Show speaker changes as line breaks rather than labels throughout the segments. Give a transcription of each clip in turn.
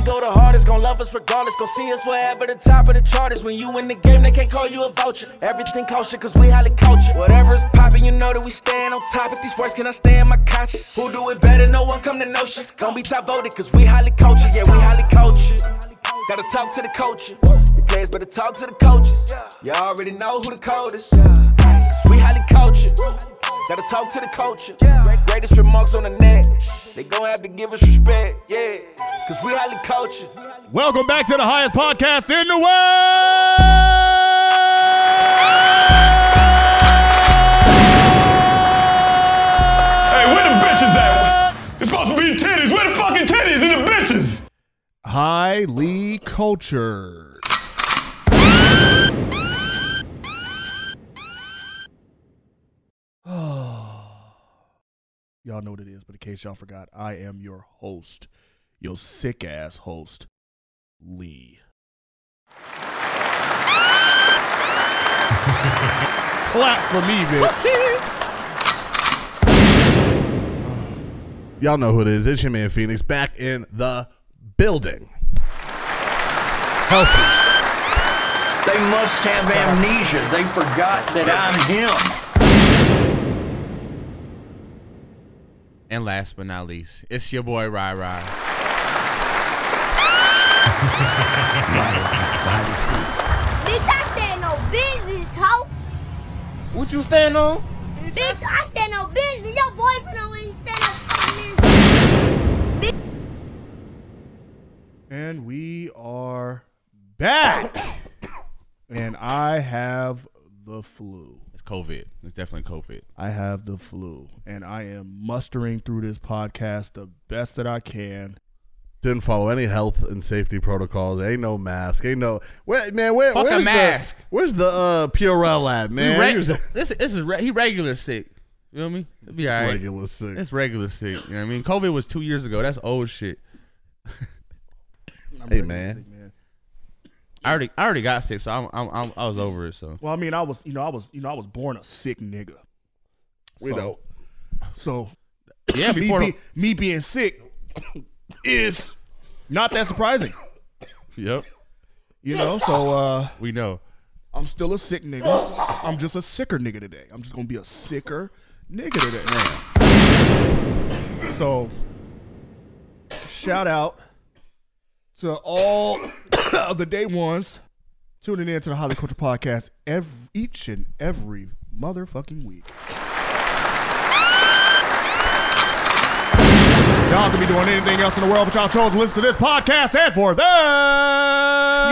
regardless, gon' love us regardless, gon' see us wherever the top of the chart is. When you in the game, they can't call you a vulture. Everything kosher, cause we highly cultured. Whatever is poppin', you know that we stand on top. If these words can I stay in my conscience? Who do it better? No one come to know shit. Don't be top voted, cause we highly cultured. Yeah, we highly cultured. Gotta talk to the culture. The players better talk to the coaches. You already know who the code is. 'Cause we highly cultured. Gotta talk to the culture. Greatest remarks on the net. They gon' have to give us respect. Yeah, cause we highly cultured.
Welcome back to the highest podcast in the world.
Hey, where the bitches at? It's supposed to be titties. Where the fucking titties and the bitches?
Highly cultured. y'all know what it is, but in case y'all forgot, I am your host, your sick ass host, Lee. Clap for me, bitch.
Y'all know who it is. It's your man Phoenix back in the building. Healthy.
They must have amnesia. They forgot that I'm him.
And last but not least, it's your boy Rai Rai.
Bitch, I stand no business, hoe.
What you stand on?
Bitch, I stand no business. Your boyfriend don't even stand no fucking business.
And we are back. and I have the flu.
It's COVID. It's definitely COVID.
I have the flu. And I am mustering through this podcast the best that I can.
Didn't follow any health and safety protocols. Ain't no mask. Ain't no where, man. Where,
Fuck a
where's
mask.
The, where's the uh, Purell at, man?
Reg-
He was-
this, this is re- he regular sick. You feel me? It'll be all right.
regular sick.
It's regular sick. You know what I mean? COVID was two years ago. That's old shit.
Hey, man.
I already I already got sick, so I'm, I'm, I'm I was over it. So
Well, I mean, I was, you know, I was, you know, I was born a sick nigga.
We
So-
know.
So
yeah,
me,
before
be- me being sick is not that surprising.
the, yep,
You know, so uh
we know.
I'm still a sick nigga. I'm just a sicker nigga today. I'm just gonna be a sicker nigga today. So, shout out to all of the day ones tuning in to the Holly Culture Podcast every, each and every motherfucking week. Y'all could be doing anything else in the world, but y'all chose to listen to this podcast and for that.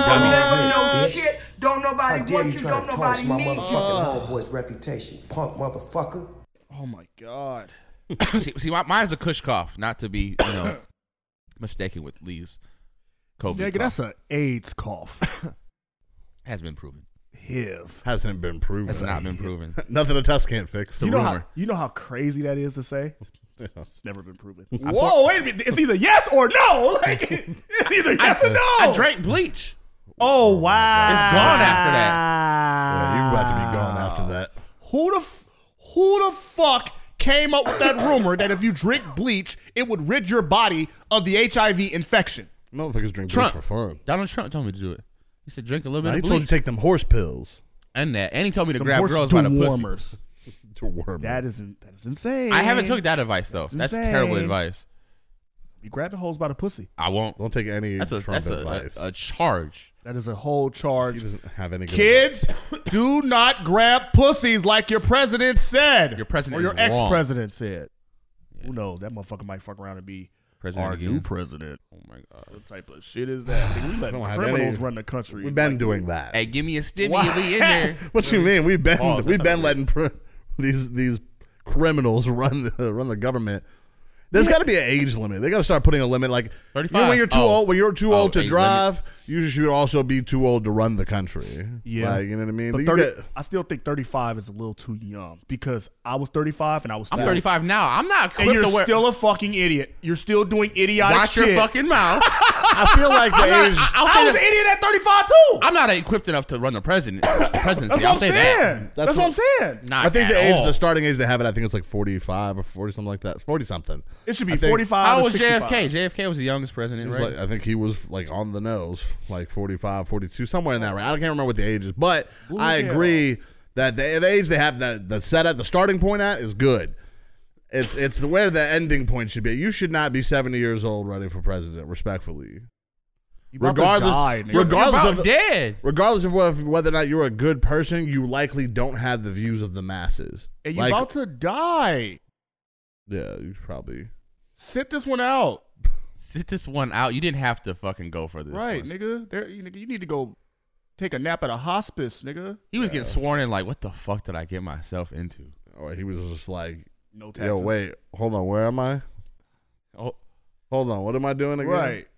You're a dummy, bitch. You will
You're a dummy,
never
bitch.
know
Bitch.
shit. Don't
How
nobody
dare
want
you
you.
try
Don't
to tarnish
nobody
my
need you.
motherfucking homeboy's reputation, punk motherfucker?
Oh my god.
see, see my, mine is a cush cough, not to be you know mistaken with Lee's COVID.
Nigga,
cough.
that's an AIDS cough.
has been proven.
HIV.
Hasn't been proven.
It's not been proven.
Nothing a test can't fix.
You know, how,
rumor.
you know how crazy that is to say? It's never been proven.
I
Whoa,
pour-
wait a minute. It's either yes or no. Like, it's either yes or no.
I drank bleach.
Oh, wow.
It's gone after that.
Yeah, you're about to be gone after that.
Who the, f- who the fuck came up with that rumor that if you drink bleach, it would rid your body of the HIV infection?
Motherfuckers drink
Trump.
beer for fun.
Donald Trump told me to do it. He said drink a little bit
Now, he
of
told
bleach
you to take them horse pills
and that, and he told me to
The
grab
horse
girls by the pussy.
dewormers.
to worm.
That isn't that is insane.
I haven't took that advice though.
It's
That's
insane.
terrible advice.
You grab the holes by the pussy.
I won't.
Don't take any
That's a
Trump
that's a,
advice.
a, a charge.
That is a whole charge.
he doesn't have any good
Kids, do not grab pussies like your president said.
Your president
or your
is wrong.
ex-president said. Who knows? That motherfucker might fuck around and be
President
our
again.
new president.
Oh my god.
What type of shit is that? Nigga, we letting
Don't have
criminals
any-
run the country.
We've been doing that.
Hey, give me a stimmy.
Why?
Lee in there.
What you mean? We've been
Pause, that's
we've
how
been
we-
letting pr- these these criminals run the run the government. There's got to be an age limit. They got to start putting a limit, like you know, when
35.
you're too
Oh.
old. When you're too
Oh,
old to
age
drive, you should also be too old to run the country.
Yeah.
like, you know what I mean.
But
You
30,
get-
I still think 35 is a little too young because I was 35 and I was
I'm
still-
35 now. I'm not
And
equipped
you're
to wear.
still a fucking idiot. You're still doing idiotic
Watch
shit.
your fucking mouth.
I feel like the age.
I'll
I
say
was
this.
an idiot at 35 too.
I'm not equipped enough to run the president presidency.
That's
I'll
what I'm
say
saying. That's,
that.
That's
what,
what-
I'm saying.
Not
I think the
at
age,
all.
the starting age they have it, I think it's like 45 or 40, something like that. 40 something.
It should be
I think-
45.
How
to
was
65.
JFK? JFK was the youngest president,
It's
right?
like- uh, I think he was like on the nose, like 45, 42, somewhere in that range. I can't remember what the age is, but I
yeah.
agree that the, the age they have that the set at the starting point at is good. It's it's where the ending point should be. You should not be 70 years old running for president, respectfully.
You about to
Regardless,
die, nigga.
regardless
About
of
dead.
regardless of whether, whether or not you're a good person, you likely don't have the views of the masses.
and you
Like-
about to die.
yeah, you probably.
Sit this one out,
Sit this one out. You didn't have to fucking go for this.
right,
one.
nigga? There, you, nigga, you need to go take a nap at a hospice, nigga.
He was getting sworn in like, what the fuck did I get myself into?
Or he was just like,
No taxes.
yo, wait, hold on, where am I?
Oh,
Hold on, what am I doing again?
right?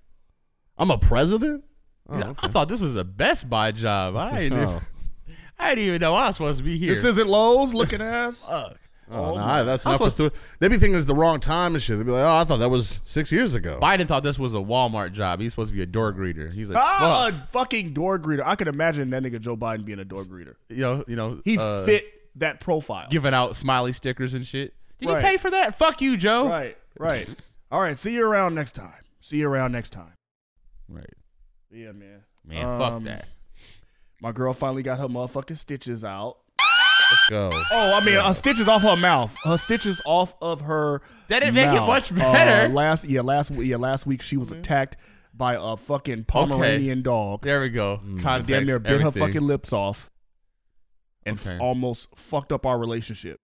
I'm a president?
he's like, I thought this was a Best Buy job. I didn't,
Oh.
I didn't even know I was supposed to be here.
This isn't Lowe's looking ass.
Fuck.
Oh, nah, that's
I'm
not for th- They be thinking it's the wrong time and shit. They be like, oh, I thought that was six years ago.
Biden thought this was a Walmart job. He's supposed to be a door greeter. He's like,
Ah,
fuck.
a fucking door greeter. I could imagine that nigga Joe Biden being a door greeter.
You know, you know,
He
uh,
fit that profile.
giving out smiley stickers and shit. Did
Right.
you pay for that? Fuck you, Joe.
Right, right. All right. See you around next time. See you around next time.
Right.
Yeah, man.
Man,
Um,
fuck that.
My girl finally got her motherfucking stitches out.
Let's go.
Oh, I mean, her stitches off her mouth. Her stitches off of her.
That didn't make it
mouth.
much better.
Uh, last yeah, last w- yeah, last week she was attacked by a fucking Pomeranian dog.
There we go.
Mm,
Context,
Damn near bit
everything.
her fucking lips off, and f-
Okay.
almost fucked up our relationship.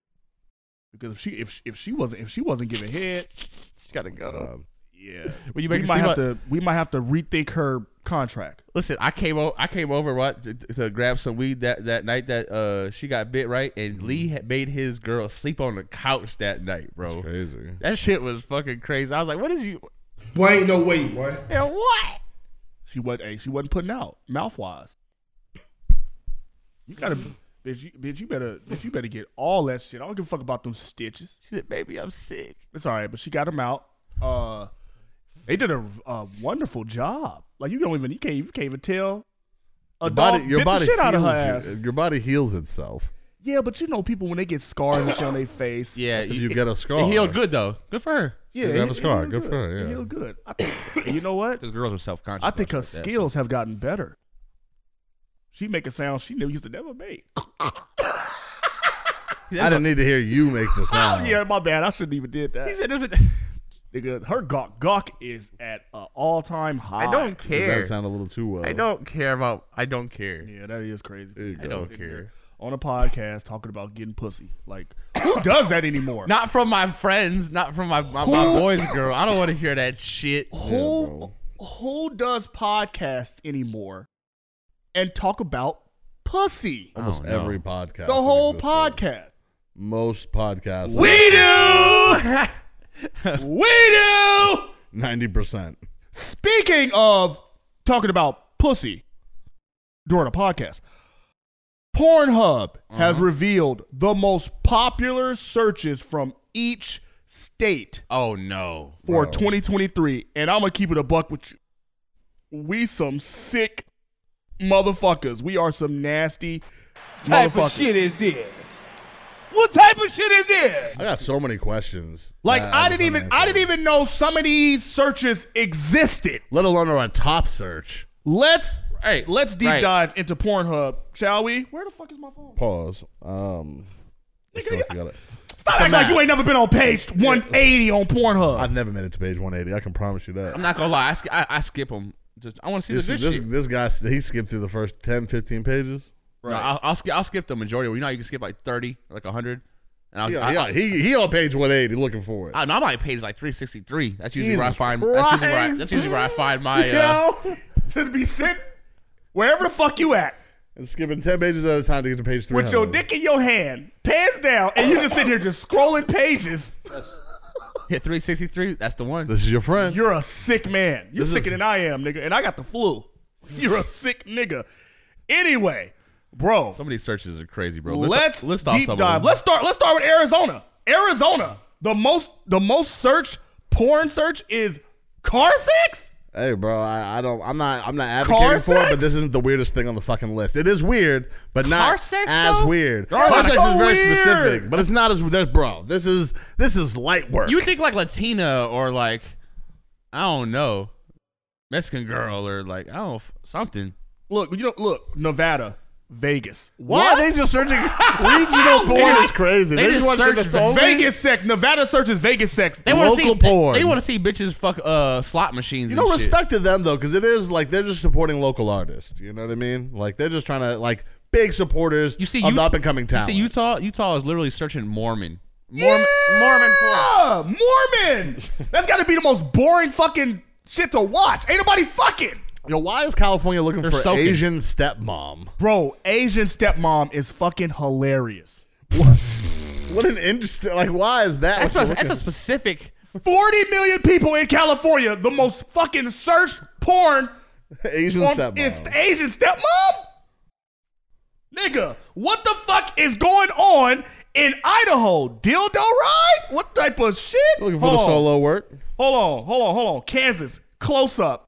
Because if she if she, if she wasn't if she wasn't giving head,
She gotta go.
Um,
yeah,
Well, you make
we might
it seem
have
like-
to we might have to rethink her contract.
Listen, I came over. I came over what to, to grab some weed that, that night that uh she got bit right,
Mm.
and Lee had made his girl sleep on the couch that night, bro.
crazy.
That shit was fucking crazy. I was like, what is you?
Boy, ain't no way, boy.
And what?
She wasn't hey, she wasn't putting out mouth wise. You gotta bitch you bitch you better bitch you better get all that shit. I don't give a fuck about them stitches.
She said, baby, I'm sick.
It's all right, but she got them out. Uh, they did a, a wonderful job. Like you don't even you can't you can't even tell. A
Your
dog
body, your
bit
body
the shit out of her
heals
ass.
you- your body heals itself.
Yeah, but you know people when they get scars and shit on their face.
Yeah,
If you get a scar.
It healed good though. Good for her.
yeah,
they
it-
have a
it
scar.
healed
Good for her,
It
yeah.
healed good. I think, and you know what?
Because girls are self conscious.
I think her skills have gotten better. She make a sound she never used to never make.
I didn't need to hear you make the
Oh
sound.
yeah, my bad. I shouldn't even did that.
He said, "There's a."
Nigga, her gawk gawk is at an all time high.
I don't
Did
care.
that sound a little too well?
I don't care about. I don't care.
Yeah, that is crazy.
There you
I
go.
don't care.
on a podcast talking about getting pussy. Like, who does that anymore?
Not from my friends. Not from my my, my boys, girl. I don't want to hear that shit.
who who does podcast anymore and talk about pussy?
Almost
I don't know.
every podcast.
the
in
whole
existence.
podcast.
Most podcasts.
We do.
We do.
90%.
Speaking of talking about pussy during a podcast, Pornhub
Uh-huh.
has revealed the most popular searches from each state.
oh no.
for
Bro.
2023, and I'm gonna keep it a buck with you. We some sick motherfuckers. We are some nasty
Type
motherfuckers.
of shit is this? What type of shit is this?
I got so many questions.
like
that
I,
just
didn't even
haven't
I
answered.
didn't even know some of these searches existed.
Let alone on a top search.
Let's
Right,
let's deep
right.
dive into Pornhub, shall we? Where the fuck is my phone?
Pause. Um. I feel like I gotta-
Stop acting like you ain't never been on page 180 on Pornhub.
I've never made it to page 180. I can promise you that.
I'm not gonna lie. I, sk- I, I skip them. Just I want to see
This,
the good
this,
shit.
this guy, he skipped through the first 10, 15 pages.
No, I'll, I'll, skip, I'll skip the majority. You know, how you can skip like 30, like 100. And I'll,
He,
I,
he, he, he on page 180 looking for it.
I, I, no, my page is like 363. That's usually where I
Jesus
find. That's usually where I,
Christ.
that's usually where I find my. Uh,
Yo!
to be sitting wherever the fuck you at
And skipping 10 pages at a time to get to page 300.
with your dick in your hand, pants down, and you just sit here just scrolling pages.
hit 363. That's the one.
This is your friend.
You're a sick man. You're
This
sicker
is-
than I am, nigga. And I got the flu. You're a sick nigga. Anyway, bro,
Some of these searches are crazy, bro.
let's
list off
deep
some of
dive.
them.
Let's start. Let's start with Arizona. Arizona, the most the most searched porn search is car sex.
Hey, bro, I, I don't. I'm not. I'm not advocating
Car
for it,
sex?
but this isn't the weirdest thing on the fucking list. It is weird, but not
Car sex,
as
though?
weird.
Car
Car
sex
sex
so
is very
weird.
specific, but it's not as. There's, bro, this is this is light work.
You would think like Latina or like I don't know Mexican girl or like I don't know, something.
Look, you don't look Nevada, Vegas,
Why are they just searching regional porn? Is crazy. They,
They
just
just
want shit
search
that's
for
only.
Vegas sex. Nevada searches Vegas sex.
They want to
local
see they-
porn.
They, want to see bitches fuck uh slot machines.
You
and
know,
shit.
respect to them though, because it is like they're just supporting local artists. You know what I mean? Like they're just trying to like big supporters
You see,
of
Ut-
the up and coming
you
talent.
see Utah. Utah is literally searching Mormon.
Mormon, Mormon porn. Mormon. That's got to be the most boring fucking shit to watch. Ain't nobody fucking.
Yo, why is California looking
They're
for
soaking.
Asian stepmom?
Bro, Asian stepmom is fucking hilarious.
What an interesting. Like, why is that?
That's,
what
spe-
you're
that's a
looking-
specific.
40 million people in California, the most fucking searched porn
Asian
on-
stepmom.
is Asian stepmom? Nigga, what the fuck is going on in Idaho? Dildo ride? What type of shit?
Looking for the
Hold on.
solo work.
Hold on, hold on, hold on. Kansas, close up.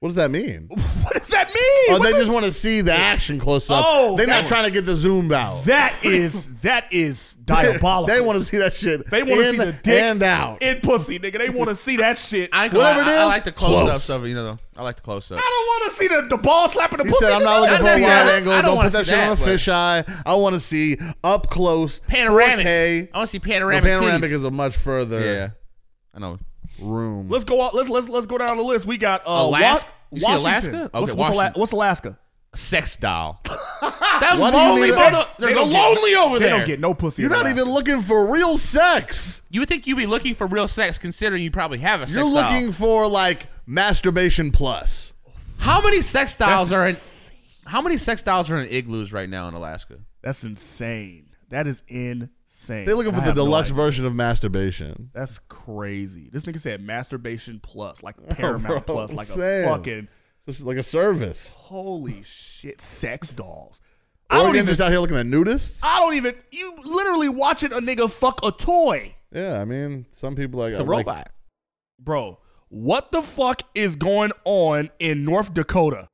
What does that mean?
What does that mean?
Oh,
What
they
the-
just want to see the action close up.
Oh,
They're not
that-
trying to get the zoom out.
that is that is diabolical.
they want to see that shit.
They want to see
in
the dick
and out.
in pussy, nigga. They want to see that shit. I,
I,
Whatever
I,
it
I
is,
like the close ups
close.
of it. You know, I like the close up.
don't want to see the, the ball slapping the
He
pussy.
said, "I'm not
nigga.
looking for a
That's
wide
it. I-
angle.
I
Don't,
don't
put
wanna
that
see
shit on a
that, but-
fisheye. I want to see up close
Panoramic.
4K.
I want to see
No,
panoramic.
panoramic
titties.
is a much further
yeah. I know.
room.
Let's go out. Let's let's let's go down the list. We got uh,
Alaska?
Wa-
You see
Washington.
Alaska?
what's, what's,
Okay,
Ala-
Washington.
what's Alaska?
Sex doll. That's
Why do you
lonely.
need
mother-
that?
There's
They
a
don't get-
lonely over
They
there.
don't get no pussy.
You're
in
not
Alaska.
even looking for real sex.
You would think you'd be looking for real sex, considering you probably have a sex
You're
doll.
looking for like masturbation plus.
How many sex styles
That's
are in?
insane.
How many sex styles are in igloos right now in Alaska?
That's insane. That is insane.
They're looking
I
for the
have no
deluxe
idea.
version of masturbation.
That's crazy. This nigga said masturbation plus, like Paramount
bro,
plus,
I'm
like
saying.
a fucking
It's like a service.
holy shit, sex dolls. I don't
Oregon
even.
just out here looking at nudists.
I don't even. You literally watching a nigga fuck a toy,
yeah, I mean, some people like
It's a
like-
robot.
bro. What the fuck is going on in North Dakota?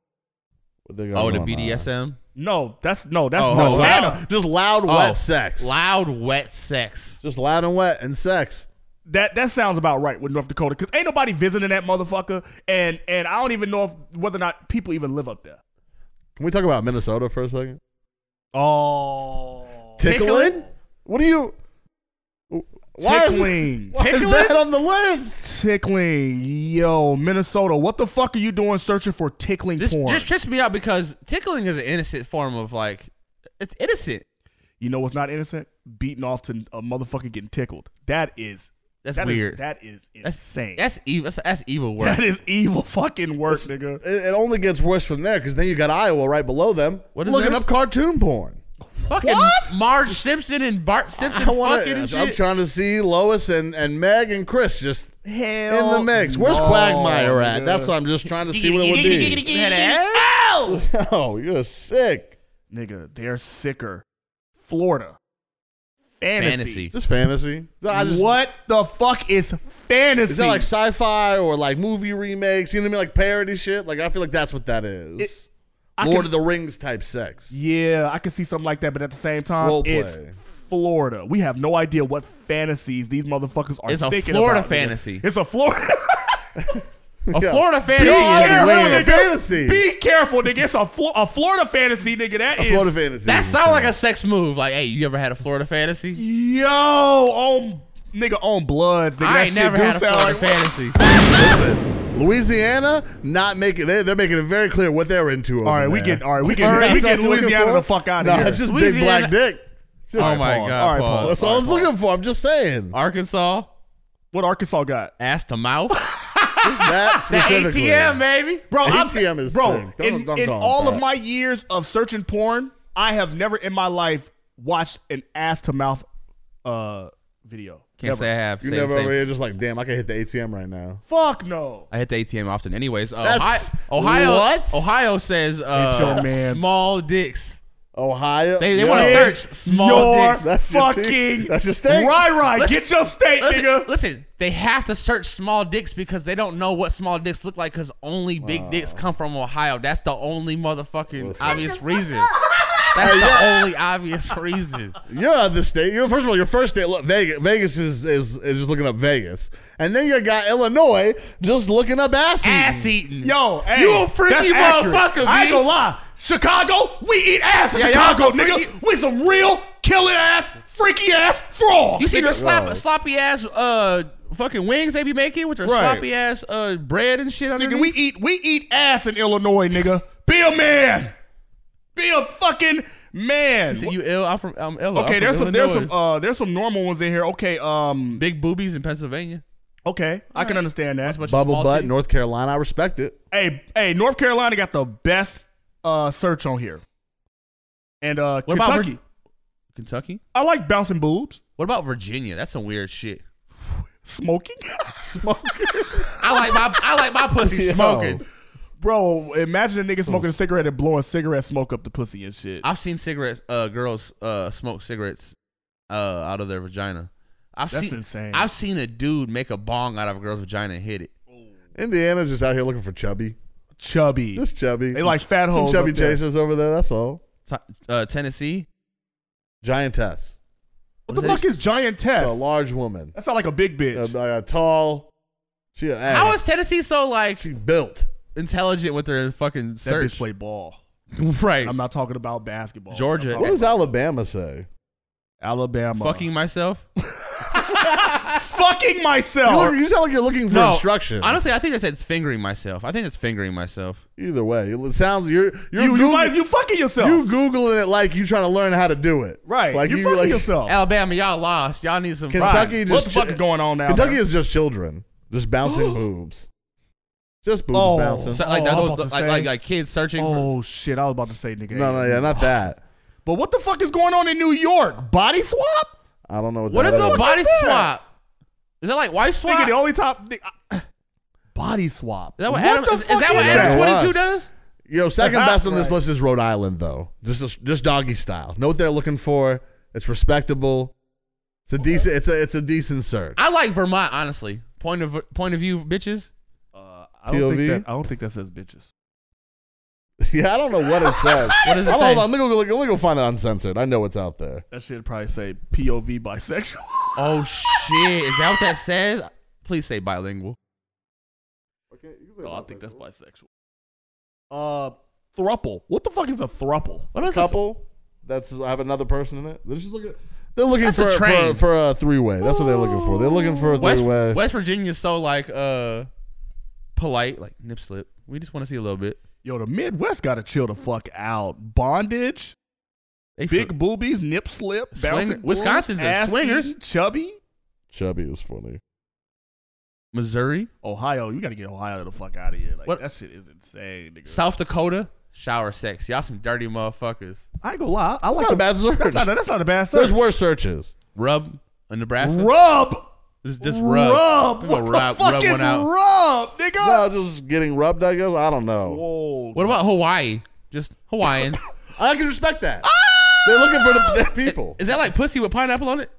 what they got
Oh, the
going on.
BDSM.
No, that's no, that's
Oh,
no.
oh,
that-
Loud- just loud,
Oh,
wet sex.
Loud wet sex.
Just loud and wet and sex.
That that sounds about right with North Dakota because ain't nobody visiting that motherfucker, and and I don't even know if, whether or not people even live up there.
Can we talk about Minnesota for a second?
Oh,
Tickling? What do you? Why is-
tickling,
Why is
tickling,
that on the list?
tickling. Yo, Minnesota, what the fuck are you doing searching for tickling
This
porn?
just trips me out because tickling is an innocent form of like, it's innocent.
you know what's not innocent? Beating off to a motherfucker getting tickled. That is
That's
that is-
weird.
that is
That's
insane.
That's evil. That's, that's evil work.
that is evil fucking work, nigga.
It, it only gets worse from there because then you got Iowa right below them
What is
looking
theirs?
up cartoon porn.
fucking Marge Simpson and Bart Simpson
I wanna,
fucking and shit.
I'm trying to see Lois and, and Meg and Chris just
Hell
in the mix. Where's
no,
Quagmire at?
nigga.
That's what I'm just trying to see what it would be.
Had ass.
Oh, you're sick.
Nigga, they're sicker. Florida. Fantasy.
Fantasy.
Just fantasy. I just-
what the fuck is fantasy?
Is that like sci-fi or like movie remakes? You know what I mean? Like parody shit. Like I feel like that's what that is.
I
Lord
can-
of the Rings type sex.
yeah, I can see something like that, but at the same time,
Role play.
it's Florida. We have no idea what fantasies these motherfuckers are
It's a
thinking
Florida
about, nigga.
fantasy.
It's a Florida.
A Florida fantasy.
Y'all
is-
ain't living a
nigga.
fantasy.
Be careful, nigga. It's a, Flo- a Florida fantasy, nigga. That
A
is-
Florida fantasy.
That
is
sounds like a
insane.
sex move. Like, hey, you ever had a Florida fantasy?
Yo, on nigga on bloods. Nigga,
I
that
ain't
shit
never
do
had a
sound
Florida
like
fantasy.
Listen, Louisiana not making. They, they're making it very clear what they're into. Over
All right,
there.
we get all right, we get
That's
we
what
get
I'm looking
Louisiana
for?
the fuck out of
Nah,
here.
it's just big
Louisiana-
black dick. Just-
Oh my
pause.
god!
All right,
pause.
pause.
That's all I was looking for. I'm just saying.
Arkansas,
what Arkansas got,
ass to mouth.
Just that
the
specifically.
ATM, baby.
bro? I'm-
ATM is
bro.
sick. Don't-
in
don't
in
go on
all
that.
of my years of searching porn, I have never in my life watched an ass to mouth uh video.
Can't say I
Never.
have.
You
Same,
never
same.
over here just like, damn, I can hit the ATM right now.
Fuck no.
I hit the ATM often, anyways. Uh,
That's-
Ohio, Ohio,
what?
Ohio says uh,
your mans.
small dicks.
Ohio.
They, they
Yo,
want to search small
your
dicks.
That's your
fucking
thing. That's your steak.
Right, right. Get your steak,
listen,
nigga.
Listen, they have to search small dicks because they don't know what small dicks look like because only big dicks come from Ohio. That's the only motherfucking obvious reason. That's the only obvious reason.
You're out of the state. You're, first of all, your first state, look, Vegas, Vegas is, is, is just looking up Vegas. And then you got Illinois just looking up ass eating.
Ass eating.
Yo, hey,
You a
that's
freaky
accurate.
motherfucker,
I ain't
B.
gonna lie. Chicago, we eat ass in
Yeah, y'all
Chicago,
some
nigga.
freaky-
We some real killing ass, freaky ass frogs.
You see
nigga.
their slap, sloppy ass uh fucking wings they be making with their
Right.
sloppy ass uh bread and shit underneath.
Nigga, we eat we eat ass in Illinois, nigga. Be a man. Be a fucking man.
So you ill? I'm from I'm ill. I'm
okay,
from
there's some there's some
Illinois.
uh there's some normal ones in here. Okay, um
big boobies in Pennsylvania.
okay, I can understand that.
That's much
Bubble
small
butt,
titties.
North Carolina. I respect it.
Hey, hey, North Carolina got the best uh search on here. And uh
What about Vir-
Kentucky.
Kentucky.
I like bouncing boobs.
What about Virginia? That's some weird shit.
Smoking?
I like my I like my pussy smoking.
Bro, imagine a nigga smoking a cigarette and blowing cigarette smoke up the pussy and shit.
I've seen cigarettes, uh, girls uh, smoke cigarettes uh, out of their vagina. I've
That's
seen,
insane.
I've seen a dude make a bong out of a girl's vagina and hit it.
Indiana's just out here looking for chubby.
Chubby.
Just chubby.
They like fat
Some
hoes
chubby
up there.
chasers over there. That's all.
T- uh, Tennessee,
Giantess.
what the fuck is giant
It's
test?
A large woman.
That sound like a big
A,
bitch.
a tall. She a ass.
how is Tennessee so like
she built?
intelligent with their fucking
that
search?
bitch play ball.
right,
I'm not talking about basketball.
Georgia.
What does Alabama say?
Alabama.
fucking myself.
fucking
You,
myself.
look, you sound like you're looking for
No,
instructions.
honestly, I think I said it's fingering myself. I think it's fingering myself.
Either way, it sounds you're you're
You, you,
Googling-
might- you fucking yourself.
you googling it like you trying to learn how to do it.
right.
Like
you, fucking
like,
yourself.
Alabama, y'all lost. Y'all need some.
Kentucky
Right.
just
What the fuck
chi-
is going on now,
Kentucky
man?
is just children, just bouncing boobs, just boobs
Oh.
bouncing.
So, like,
Oh, I'm
those-
about to
like,
say-
like, like kids searching. for-
Oh shit, I was about to say nigga.
No, no, yeah, not that.
But what the fuck is going on in New York? Body swap?
I don't know what.
what
that
is a body
is that?
swap? Is that like wife swap?
Nigga, the only top body swap.
Is that what, Adam?
the
Is, is
fuck
that what
is
Adam
that?
Twenty Two
Watch.
does?
Yo, second best on this
Right.
list is Rhode Island, though. Just just doggy style. Know what they're looking for. It's respectable. It's a decent. It's a it's a decent search.
I like Vermont, honestly. Point of point of view, bitches.
Uh, I don't
POV?
think that. I don't think that says bitches.
yeah, I don't know what it says.
What does it
Hold
say?
on, let me go. Let me go find it uncensored. I know what's out there.
That should probably say POV bisexual.
Oh shit! Is that what that says? Please say bilingual.
no, I think that's bisexual. Uh, thruple. What the fuck is a thruple?
What is this?
Couple. That's I have another person in it. They're just looking. They're looking
That's a
for,
train.
for for a three way. That's what they're looking for. They're looking for a three
West,
way.
West Virginia's so like uh polite, like nip slip. We just want to see a little bit.
Yo, the Midwest gotta chill the fuck out. Bondage,
They
big
fr-
boobies, nip slip,
Swinger-
bouncing. balls,
Wisconsin's a
ass
swingers.
eating, chubby.
Chubby is funny.
Missouri,
Ohio, you gotta get Ohio the fuck out of here. Like
What-
that shit is insane, nigga.
South Dakota, shower sex. Y'all some dirty motherfuckers.
I ain't gonna lie, I like
not a bad
that's
search.
not a- That's not a bad search.
There's worse searches.
Rub a Nebraska.
Rub,
just, just rub.
rub.
We
What
gonna
the
rub-
fuck
rub
is
one out.
rub, nigga?
No, just getting rubbed. I guess I don't know.
Whoa.
What about Hawaii? Just Hawaiian.
I can respect
Ah!
that. They're looking for the, their people.
is that like pussy with pineapple on it?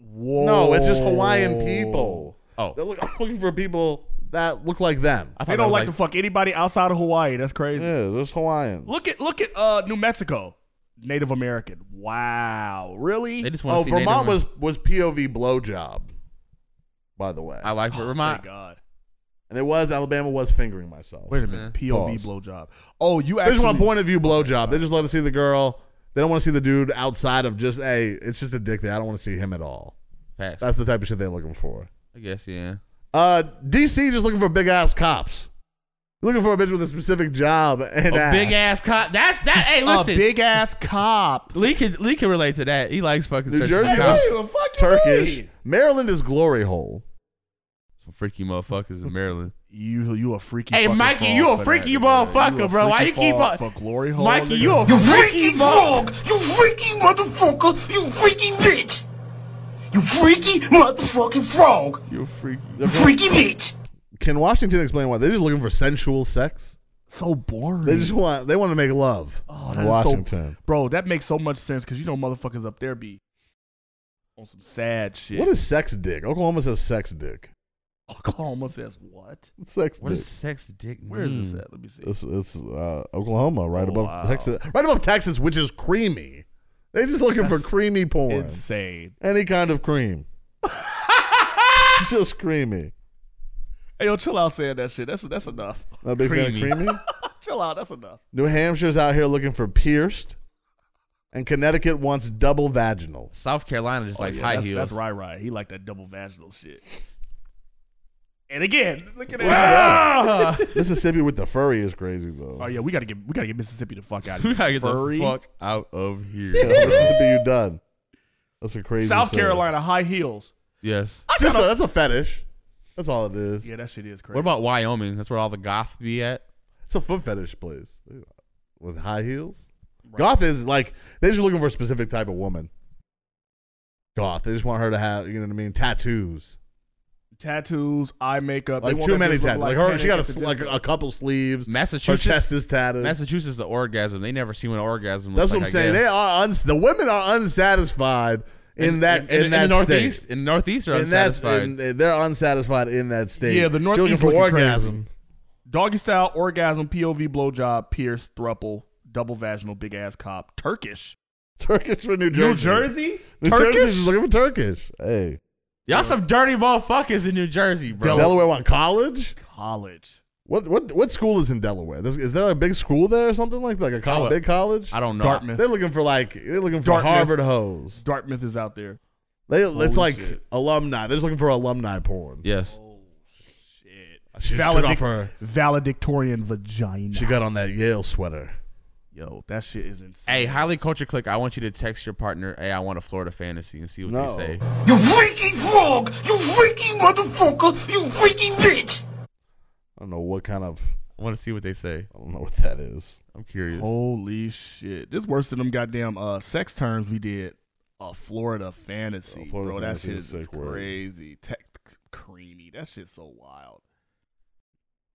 Whoa.
No, it's just Hawaiian people.
Oh,
They're look, looking for people that look like them.
I thought
They
that
don't
was
like to fuck anybody outside of Hawaii. That's crazy.
Yeah, there's Hawaiians.
Look at look at uh New Mexico, Native American. Wow, really?
They just want to
Oh,
see.
Vermont
Native-
was was POV blowjob. By the way,
I like
Thank
Vermont.
Oh God.
and it was Alabama was fingering myself.
Wait a minute. POV
Pause.
blowjob. Oh, you
They
actually.
just want a point of view blowjob. They just let us see the girl. They don't want to see the dude outside of just hey, it's just a dick there. I don't want to see him at all.
Facts.
That's the type of shit they're looking for.
I guess yeah.
Uh, DC just looking for big ass cops. Looking for a bitch with a specific job and
A big ass cop. That's that. Hey,
a
listen.
big ass cop.
Lee can Lee can relate to that. He likes fucking
New
searching
Jersey
cops.
was
the fuck you
Turkish.
mean?
Maryland is glory hole.
Some freaky motherfuckers in Maryland.
You you a freaky.
Hey,
fucking
Mikey,
frog
you a
for that,
freaky
nigga.
motherfucker,
You a
bro. Why
freaky
you keep
frog
up-
for glory hole,
Mikey,
nigga.
you a freaky motherfucker.
You freaky motherfucker! You freaky bitch! You freaky motherfucking frog!
You a freaky.
Freaky bitch!
Can Washington explain why they're just looking for sensual sex?
So boring.
They just want they want to make love.
Oh,
in
that is so-
Washington.
bro, that makes so much sense because you know motherfuckers up there be on some sad shit. Oh,
What is sex dick? Oklahoma says sex dick.
Oklahoma says what?
Sex
What
dick.
does sex dick mean?
Where is this at? Let me see.
It's, it's uh, Oklahoma, right
Oh,
above
wow.
Texas, right above Texas, which is creamy. They just looking for
That's
creamy porn,
Insane.
any kind of cream. it's just creamy.
Hey, yo, chill out saying that shit. That's that's enough.
Not a big fan of
Creamy.
creamy.
chill out. That's enough.
New Hampshire's out here looking for pierced, and Connecticut wants double vaginal.
South Carolina just
Oh,
likes
yeah,
high
that's,
heels.
That's Rai Rai. He like that double vaginal shit. And again, look at
Wow.
that.
Mississippi with the furry is crazy though.
oh yeah, we gotta get we gotta get Mississippi the fuck out of here.
We gotta get
Furry.
the fuck out of here.
Yeah, Mississippi, you done? That's a crazy.
South
story.
Carolina high heels.
Yes.
I
Just a,
gotta-
that's a fetish. That's all it is.
yeah, that shit is crazy.
What about Wyoming? That's where all the goth be at.
It's a foot fetish place with high heels. Goth is like they're just looking for a specific type of woman. Goth, they just want her to have you know what I mean, tattoos.
tattoos, eye makeup? They
Like
want
too
that
many
bitch look
tattoos. Like her,
Panic
she got a,
at the
s- like
Disco.
a couple sleeves. Her
Massachusetts.
chest is tatted.
Massachusetts, the orgasm. They never see what an orgasm
That's
looks
what I'm
like, I
saying.
guess.
They are uns- the women are unsatisfied in, that in, that
the
state.
northeast. In the northeast are
In that-
unsatisfied.
in- they're unsatisfied in that state.
Yeah, the
They're
Northeast
looking for
looking crazy.
orgasm.
Doggy style, orgasm, POV, blowjob, pierce, thruple, double vaginal, big ass cop, Turkish,
Turkish for New Jersey.
New Jersey,
New
Turkish.
Jersey's looking for Turkish. Hey,
Y'all some dirty motherfuckers in New Jersey, bro.
Delaware want college.
college.
What what what school is in Delaware? This- Is there a big school there or something like like a col-
Oh,
big college?
I don't know.
Dartmouth.
They're looking for like they're looking for
Dartmouth.
Harvard hoes.
Dartmouth is out there.
They it's like
shit.
alumni. They're just looking for alumni porn.
Yes.
She just took
Valedic-
off her.
valedictorian vagina.
She got on that Yale sweater.
Yo, that shit is insane.
Hey, highly culture click. I want you to text your partner. Hey, I want a Florida fantasy and see what
No.
they say.
You freaky frog! You freaky motherfucker! You freaky bitch!
I don't know what kind of
I want to see what they say.
I don't know what that is.
I'm curious.
Oh.
Holy shit. This worse than them goddamn uh, sex terms we did. A Florida fantasy.
Oh, Florida
bro,
fantasy
that
is
shit is
sick word.
crazy. Tech creamy. That shit's so wild.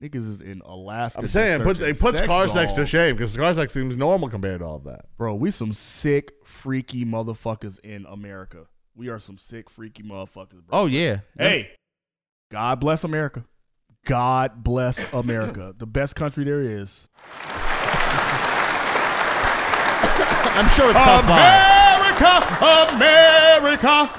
Niggas is in Alaska.
I'm
just
saying it puts,
searching
it puts car sex to
dolls.
shame because car sex seems normal compared to all that.
Bro, we some sick, freaky motherfuckers in America. We are some sick, freaky motherfuckers, bro.
Oh yeah.
Hey, God bless America. God bless America. the best country there is.
I'm sure it's top five.
America, America.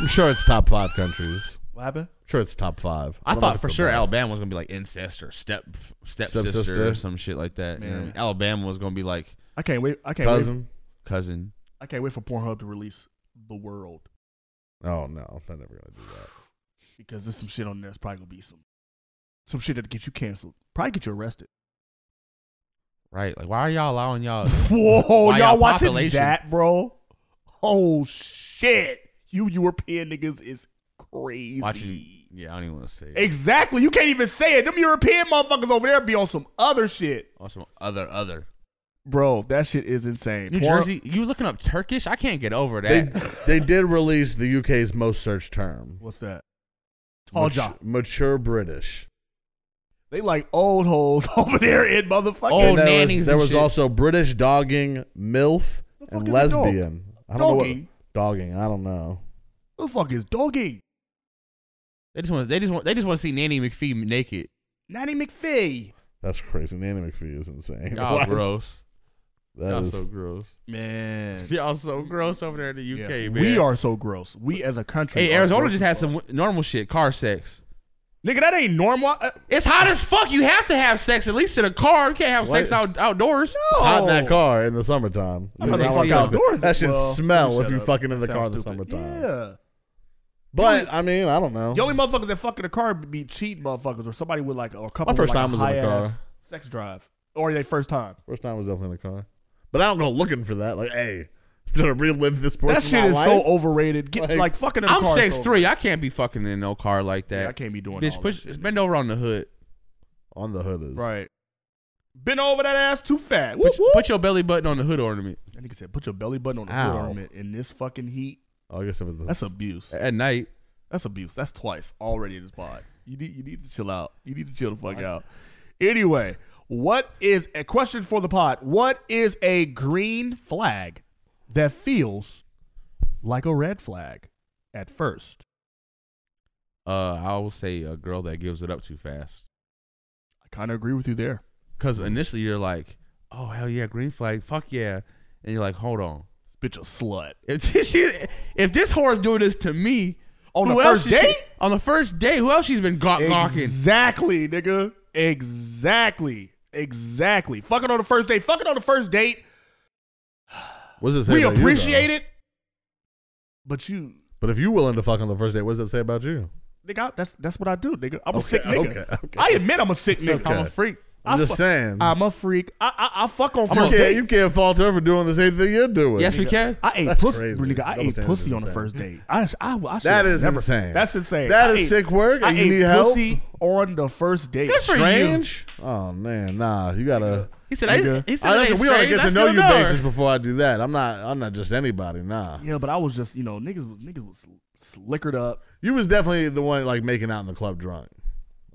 I'm sure it's top five countries.
What happened?
I'm sure it's top five.
I
One
thought
of
for
the
sure
best.
Alabama was gonna be like incest or step stepsister
Stepsister.
or some shit like that. You know what I
Man.
mean? Alabama was gonna be like
I can't wait. I can't wait.
Cousin.
cousin.
I can't wait for Pornhub to release the world
Oh no, they're never gonna do that.
because there's some shit on there. that's probably gonna be some some shit that get you canceled. Probably get you arrested.
Right. Like why are y'all allowing y'all
Whoa,
Why
y'all
y'all
watching
populations-
that, bro? Oh shit! You European niggas is crazy.
watching Yeah, I don't even want to say it.
Exactly. You can't even say it. Them European motherfuckers over there be on some other shit.
Or some other other.
Bro, that shit is insane.
New
Porn-
Jersey, you looking up Turkish? I can't get over
They
that.
they did release the UK's most searched term.
What's that?
Mature, mature British.
They like old hoes over there in motherfucking.
Old
And there
nannies
was,
and
there was
shit.
also British dogging, MILF,
The fuck is
and
a dog?
lesbian. I don't know
Dogging?
what dogging. I don't know.
Who the fuck is doggy?
They just want they just want they just want to see Nanny McPhee naked.
Nanny McPhee.
That's crazy. Nanny McPhee is insane.
Y'all
Why-
gross.
That
Y'all
is-
so gross.
Man.
Y'all so gross over there in the UK,
Yeah.
man.
We are so gross. We as a country.
Hey,
are
Arizona
gross
just
as
had
fuck.
some w- normal shit, car sex.
Nigga, that ain't normal. Uh,
It's hot as fuck. You have to have sex at least in a car. You can't have
Why-
sex out, outdoors.
It's
Oh.
hot in
Oh.
that car in the summertime.
I'm
You
not
don't
gonna
want
fuck
sex-
outdoors.
That should
Well,
smell
shut
if you
up.
fucking in the
That
car in
sounds
the
stupid.
summertime.
Yeah.
But I mean, I don't know.
The only motherfuckers that fuck in the car be cheat motherfuckers or somebody with like or a couple.
first
with, like,
time was
a
in the
high-ass
car.
Sex drive or their first time.
First time was definitely in the car. But I don't go looking for that. Like, hey, I'm gonna relive this portion
That
of
shit
my
is
life.
so overrated. Get
Like-
like, fucking. In the
I'm
car is
six
so
three. I can't be fucking in no car like that.
Yeah, I can't be doing
Bitch,
all
push.
that shit.
bend over on the hood.
on the hood is
Right. Been over that ass too fat. Whoop,
Put,
whoop.
put your belly button on the hood ornament
That nigga said, put your belly button on the
Ow.
foot ornament in this fucking heat.
Oh, I guess it was
That's abuse.
at night.
That's abuse. That's twice already in this pod. You need you need to chill out. You need to chill the fuck out. Anyway, what is a question for the pot? What is a green flag that feels like a red flag at first?
Uh, I will say a girl that gives it up too fast.
I kind of agree with you there.
Because initially you're like, oh, hell yeah, green flag, fuck yeah. And you're like, hold on.
Bitch a slut.
If this, she, if this whore's doing this to me,
On
who
the
else
first
is she-
date?
on the first date, who else she's been gawk gawking?
Exactly, nigga. Exactly. Exactly. Fucking on the first date. Fucking on the first date.
What does it say
We
about you, though?
appreciate it. But you,
But if you're willing to fuck on the first date, what does that say about you?
nigga, that's that's what I do, nigga. I'm a
Okay,
sick nigga.
okay, okay.
I admit I'm a sick nigga.
Okay.
I'm a freak.
I'm
I
just
fuck-
saying.
I'm a freak. I I, I fuck on
I'm
first
okay,
date.
you can't fault her for doing the same thing you're doing.
Yes, we can. I ate pussy, nigga. I
Double
ate
standards
pussy
is
on the
insane.
first date. I, sh- I, I should
That
have
is
never-
insane.
That's insane.
That
That is
is sick work,
I
and you
ate
need help?
pussy on the first date.
strange. Oh man, nah. You gotta.
He said, I-
Nigga.
he said,
I-
it
listen,
ain't
we ought to
strange.
get
I
to know
still
you
know her.
basis before I do that. I'm not. I'm not just anybody. Nah.
Yeah, but I was just, you know, niggas, was- niggas was slickered up.
You was definitely the one like making out in the club drunk.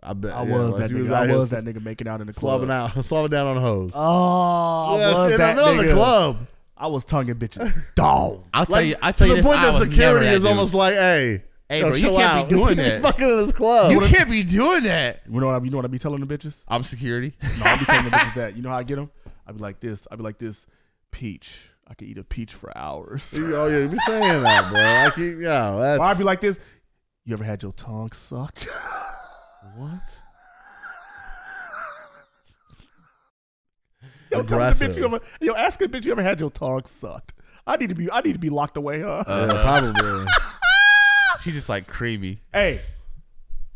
I bet.
I
yeah,
was
like,
that
you
nigga. I
out here
was that nigga making out in the club.
slobbing out, slobbing down on hoes.
Oh, I
Yes,
was
in the
that
middle of
nigga.
the club.
I was tonguing bitches. Dog.
I'll tell you. I'll
to
tell you
the
this,
point
I
that
was never
security
that
is
dude.
almost like, hey,
Hey,
yo,
bro, you
chill
can't be
out.
doing
You
that.
fucking in this club.
You can't be doing that.
You know what I, you know what I be telling the bitches?
I'm security.
No, I be telling the bitches that. You know how I get them? I be like this. I be like this. Peach. I could eat a peach for hours.
Oh yeah, you be saying that, bro. I keep, yeah, that's.
Or I'd be like this. You ever had your tongue sucked?
what?
Yo, telling the bitch
Aggressive.
you ever, yo, ask a bitch you ever had your tongue sucked. I need to be, I need to be locked away, huh?
yeah, probably.
She just like creamy.
hey,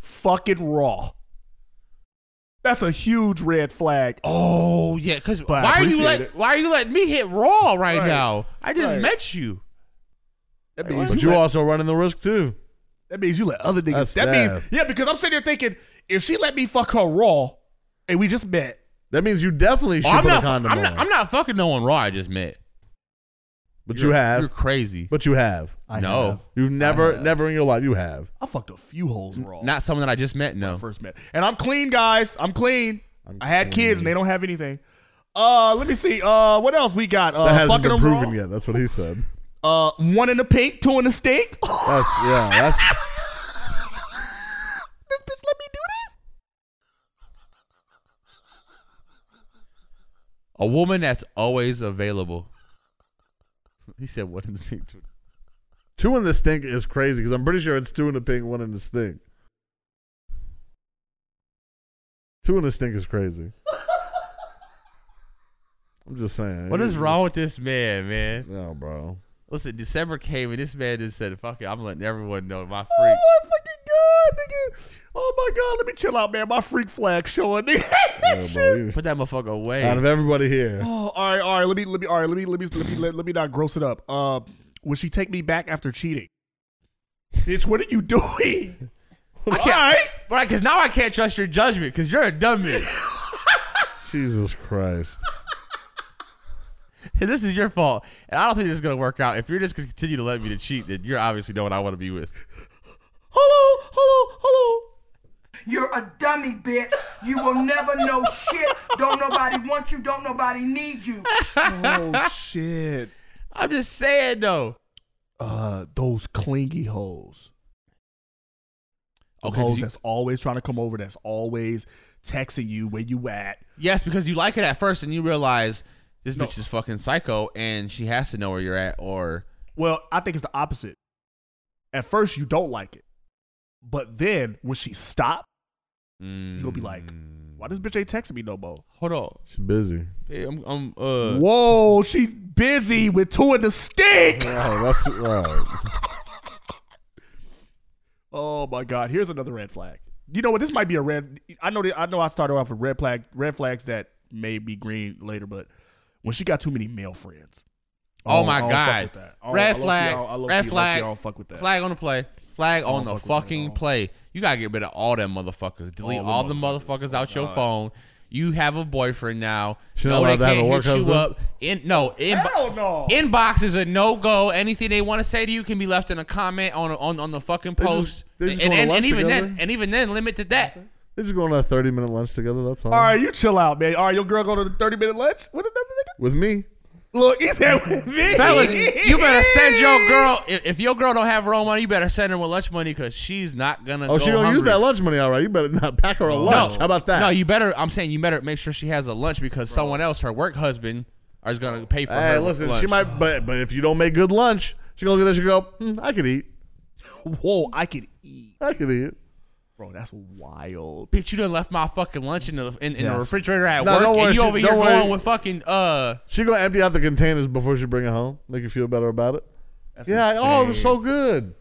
fucking raw. That's a huge red flag.
Oh yeah, because
But I
why are you
appreciate
let
it.
why are you letting me hit raw right,
Right.
now? I just
Right.
met you.
That means
But you
let-
also running the risk too.
That means you let other niggas.
That's
that means
nasty.
yeah, because I'm sitting here thinking if she let me fuck her raw, and we just met.
That means you definitely
Oh,
should
I'm,
put
not,
a
I'm,
condom
not,
on.
I'm not fucking no one raw. I just met.
but
You're-
you have.
You're crazy.
But you have.
I
no,
have.
You've never, never in your life, you have.
I fucked a few holes raw.
not someone that I just met. No.
first met, and I'm clean, guys. I'm clean. i had kids, and they don't have anything. Uh, let me see. Uh, what else we got? Uh,
That hasn't
fucking
been
them
proven
raw.
yet. That's what he said.
Uh, one in the pink, two in the stink. Oh,
That's yeah. That's
A woman that's always available. He said, "What in the picture?"
two in the stink is crazy because I'm pretty sure it's two in the pink, one in the stink. Two in the stink is crazy. I'm just saying.
What
You
is
just-
wrong with this man, man?
No, bro.
Listen, December came and this man just said, "Fuck it, I'm letting everyone know my freak."
Oh my fucking god, nigga! Oh my god, let me chill out, man. My freak flag showing, nigga.
Yeah, bro, you-
Put that motherfucker away.
Out of everybody here,
Oh, all right, all right. Let me, let me, all right. Let me, let me, let me, let, let me not gross it up. Uh, would she take me back after cheating? Bitch, what are you doing? all
I
right.
Right, because now I can't trust your judgment because you're a dumb bitch.
Jesus Christ.
and this is your fault. And I don't think this is gonna work out. If you're just gonna continue to let me to cheat, then you're obviously not what I want to be with.
Hello, hello, hello.
You're a dummy, bitch. You will never know shit. Don't nobody want you. Don't nobody need you.
Oh shit.
I'm just saying though.
Uh, those clingy hoes.
Okay,
Okay,
'cause
hoes
you-
that's always trying to come over. That's always texting you where you at.
Yes, because you like it at first and you realize this
No.
bitch is fucking psycho and she has to know where you're at or
Well, I think it's the opposite. At first, you don't like it, but then when she stop, you'll be like, "Why this bitch ain't texting me no more?"
Hold on.
She's busy.
Hey, I'm, I'm
Mm.
uh.
Whoa, she's busy with two in the stick.
Oh, that's right.
Oh my God! Here's another red flag. You know what? This might be a red. I know. That, I know. I started off with red flag, red flags that may be green later, but when she got too many male friends. I
Oh
don't- I
my
don't fuck
god.
with that. I don't- I
Red
low-key- I
flag.
don't- I low-key-
Red
low-key,
flag.
I don't fuck with that.
Flag on the play. Flag on
don't
the
fuck with that at
fucking
all.
play. You gotta get rid of all them motherfuckers. Delete all,
All the
the motherfuckers out your
God.
phone. You have a boyfriend now.
She not allowed to have a work husband?
In no in
Hell no.
inbox is a no go. Anything they want to say to you can be left in a comment on on, on the fucking
just-
post.
they just
and
going to
and, and
lunch
even
together?
then and even then limit to that.
They They're just going on a 30 minute lunch together. That's all.
All right, you chill out, man. All right, your girl go to the thirty minute lunch. What another nigga?
With me.
Look, he's here with me.
Fellas, you better send your girl. If, if your girl don't have her own money, you better send her with lunch money because she's not gonna.
Oh,
go
she don't use
hungry.
that lunch money. All right, you better not pack her a lunch. How about that?
No, you better. I'm saying you better make sure she has a lunch because someone else, her work husband, is gonna pay for
Hey,
her.
listen,
lunch.
she might, but but if you don't make good lunch, she gonna look at this and go, hmm, I could eat.
Whoa, I could eat.
I could eat.
Bro, that's wild.
Bitch, you done left my fucking lunch in the in, in the
Yes.
refrigerator at
No,
work,
don't worry,
and you
she-
over here
don't worry.
going with fucking uh.
She gonna empty out the containers before she bring it home. Make you feel better about it. yeah. Oh, it was so good.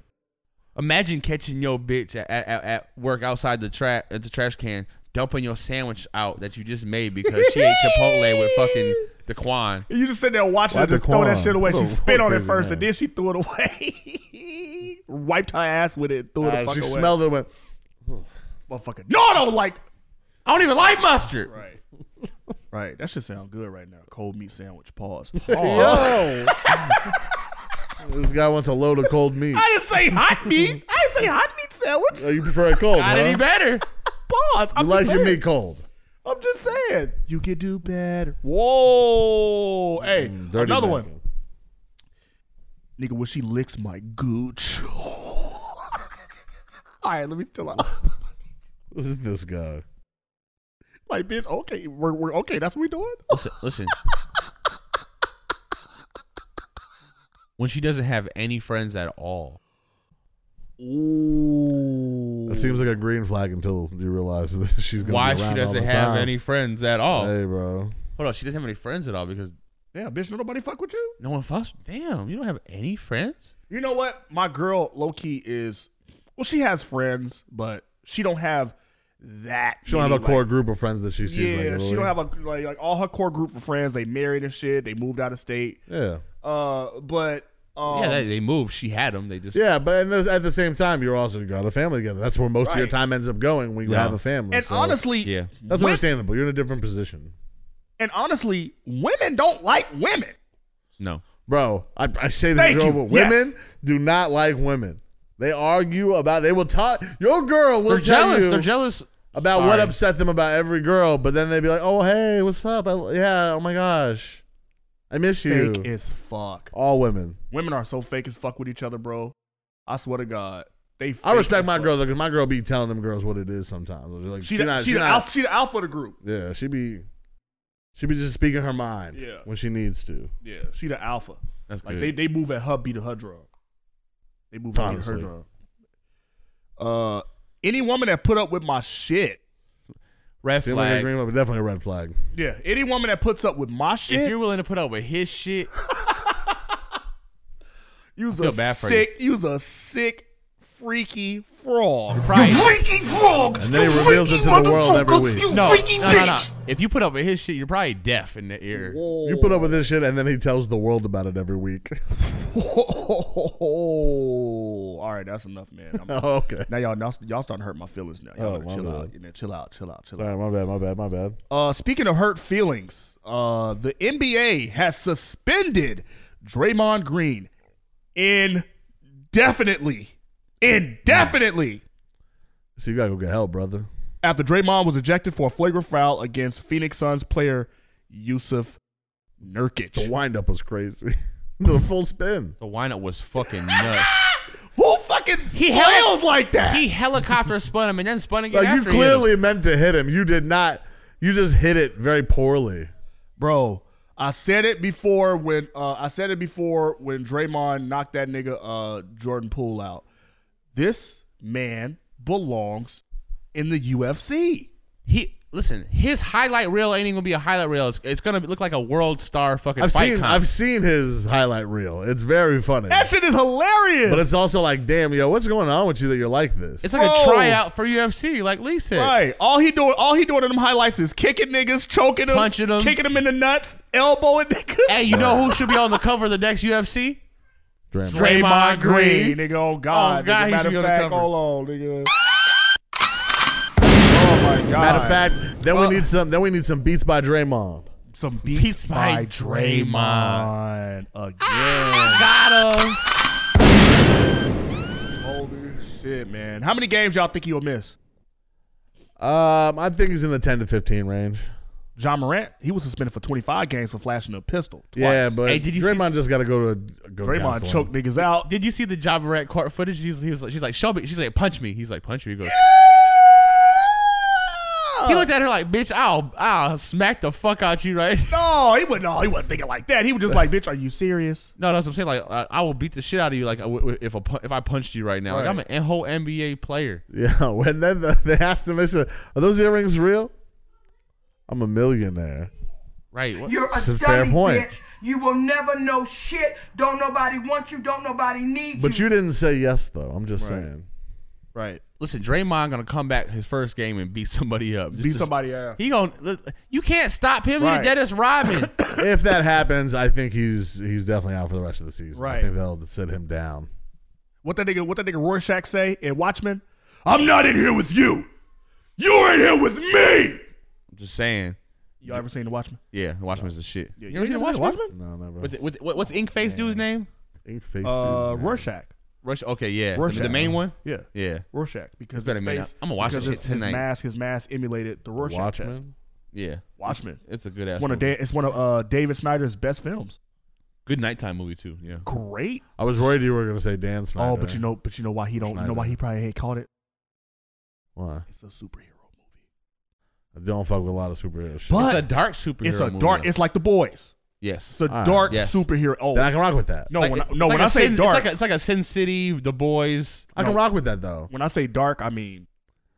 Imagine catching your bitch at, at, at- at work outside the trap at the trash can, dumping your sandwich out that you just made because she ate Chipotle with fucking Daquan.
You just sit there watching her
Why
just throw that
Daquan?
shit away.
What
She
a
spit on it
crazy
first,
man.
and then she threw it away. Wiped her ass with it, threw it the
Uh,
fuck
she
away.
smelled it. and Went.
Motherfucker. No, I don't like.
I don't even like mustard.
Right. Right. That should sound good right now. Cold meat sandwich. Pause. Pause.
Yo. this guy wants a load of cold meat.
I didn't say hot meat. I didn't say hot meat sandwich.
Oh, you prefer it cold?
Got
huh?
any
better?
Pause.
You
I'm
like
just
your
saying.
meat cold?
I'm just saying. You can do better. Whoa. Hey,
Mm, dirty
Mm, another
Mac.
one. Nigga, when she licks my gooch. All right, let me still out.
This is this guy.
Like, bitch, okay, we're, we're okay. That's what we doing?
Listen, listen. when she doesn't have any friends at all,
That seems like a green flag until you realize that she's gonna
why
be
she
around all
doesn't
the
have
time.
any friends at all?
Hey, bro.
Hold on, she doesn't have any friends at all because
Yeah, bitch, don't nobody fuck with you.
no one fucks. Damn, you don't have any friends.
You know what? My girl, low key, is well, she has friends, but she don't have that.
She don't have
many,
a core
like-
group of friends that she sees
Yeah,
regularly.
she don't have a like, like all her core group of friends. They married and shit. They moved out of state.
Yeah.
Uh, but um,
yeah, they, they moved. She had them. They just
Yeah, but and this- at the same time, you're also got a family together. That's where most of your
Right.
time ends up going when you
Yeah.
have a family.
And
so-
honestly, Yeah.
that's
when-
understandable. You're in a different position,
and honestly, women don't like women.
No,
bro. I, I say this,
Thank
girl,
you.
but
Yes.
women do not like women. They argue about. They will talk. Your girl will
They're
tell
jealous.
you
They're jealous.
about what
Sorry.
upset them about every girl, but then they'd be like, "Oh, hey, what's up? I, yeah, oh my gosh, I miss you."
Fake as fuck.
All women.
Women are so fake as fuck with each other, bro. I swear to God, they.
I
fake
respect
as
my
fuck.
girl though, because my girl be telling them girls what it is sometimes. Like,
She,
she
the,
not-
she,
she
the
not-
alpha, she the alpha of the group.
Yeah, she be she be just speaking her mind.
Yeah.
When she needs to.
Yeah, she the alpha.
That's
like
good.
they they move at her beat of her drum. They move at beat of her
Honestly.
drum. Uh, any woman that put up with my shit.
Red
Seem Like
flag.
a green, light, but definitely a red flag.
Yeah, any woman that puts up with my shit,
If you're willing to put up with his shit,
you's
I feel
a
bad for you.
sick, you's a sick, freaky frog.
Right.
freaky frog.
And then he reveals it to the world every week.
no, no, no, no. If you put up with his shit, you're probably deaf in the ear.
You put up with this shit and then he tells the world about it every week.
Oh, all right, that's enough, man. I'm-
Oh, okay.
Now y'all, y'all y'all starting to hurt my feelings now. Y'all
Oh,
better
my
chill
bad.
out, you know, chill out, chill out, chill out.
Sorry, my bad, my bad, my bad.
Uh, speaking of hurt feelings, uh, the NBA has suspended Draymond Green indefinitely. Indefinitely.
So you gotta go get help, brother.
After Draymond was ejected for a flagrant foul against Phoenix Suns player Yusuf Nurkic. The
windup was crazy. the full spin.
The lineup was fucking nuts.
Who fucking
he
flails like that?
He helicopter spun him and then spun again.
Like you
after he hit him.
clearly meant to hit him. You did not you just hit it very poorly.
Bro, I said it before when uh, I said it before when Draymond knocked that nigga uh, Jordan Poole out. This man belongs in the UFC.
He listen. His highlight reel ain't even gonna be a highlight reel. It's, it's gonna look like a world star fucking
I've
fight
seen
comp.
I've seen his highlight reel. It's very funny.
That shit is hilarious.
But it's also like, damn, yo, what's going on with you that you're like this?
it's like
Bro.
a tryout for UFC, like Lee said.
Right. All he doing, all he doing in them highlights is kicking niggas, choking them,
Punching 'em.
kicking them in the nuts, elbowing niggas.
Hey, you know who should be on the cover of the next UFC? Draymond Green.
nigga. Oh God,
Oh, God,
nigga.
he
Matter
should be
of
on the
fact,
cover.
hold on, nigga. Oh,
Matter of fact, then we need some. Then we need some beats by Draymond.
Some beats,
by
Draymond again.
Ah! Got him.
Holy shit, man! How many games y'all think he'll miss?
Um, I think he's in the ten to fifteen range.
John Morant, he was suspended for 25 games for flashing a pistol. Twice.
Yeah, but Draymond just got to go to go
Draymond
counseling.
choked niggas out.
Did you see the John Morant court footage? He was, he was like, she's like, show me. She's like, punch me. He's like, punch me. He goes. He looked at her like, bitch, I'll I'll smack the fuck out you, right?
No, he wouldn't. No, he wasn't thinking like that. He was just like, "Bitch, are you serious?"
No, that's what I'm saying. Like, I, I will beat the shit out of you. Like, uh, w- w- if a pu- if I punched you right now, like I'm
Right.
an whole NBA player.
Yeah, when then the, they asked him, they said, "Are those earrings real?" I'm a millionaire.
Right.
You're a
It's a
dummy
fair point.
bitch. You will never know shit. Don't nobody want you. Don't nobody need
But
you.
you didn't say yes though. I'm just saying.
Right.
Listen, Draymond gonna come back his first game and beat somebody up. Just
Beat
to-
somebody up.
He gonna. You can't stop him. He
Right.
the Dennis Rodman.
if that happens, I think he's he's definitely out for the rest of the season. I
Right.
think they'll sit him down.
What that nigga? What that nigga Rorschach say in Watchmen? I'm not in here with you. You're in here with me.
I'm just saying.
Y'all ever seen the Watchmen?
Yeah, Watchmen's the shit.
Yeah,
you ever
you
seen
never seen
Watchmen?
Watchmen?
No, never.
With the, with the- what- what's Ink Face dude's name?
Ink Face
Uh, Rorschach.
Rush. Okay, yeah. The-
Rorschach.
The main one.
Yeah.
Yeah.
Rorschach because
It's been
his
a minute.
face,
I'm gonna watch
because
this shit
his, his
tonight.
mask his mask emulated the Rorschach test.
Watchmen?
Yeah.
Watchmen.
It's a good ass.
It's one of
movie.
da- it's one of uh, David Snyder's best films.
Good nighttime movie too. Yeah.
Great.
I was worried you were gonna say Dan Snyder.
Oh, but you know, but you know why he don't. You know why he probably ain't called it.
why?
It's a superhero.
I don't fuck with a lot of superhero shit.
But
a dark superhero
It's a
movie,
dark.
though.
It's like the boys.
Yes.
It's a
All right.
dark
Yes.
superhero. Oh,
Then I can rock with that.
No,
Like,
when I,
it's
no,
like
when
a
I say
Sin-
dark,
it's like a, it's like a Sin City, The Boys.
I can
No.
rock with that though.
when I say dark, I mean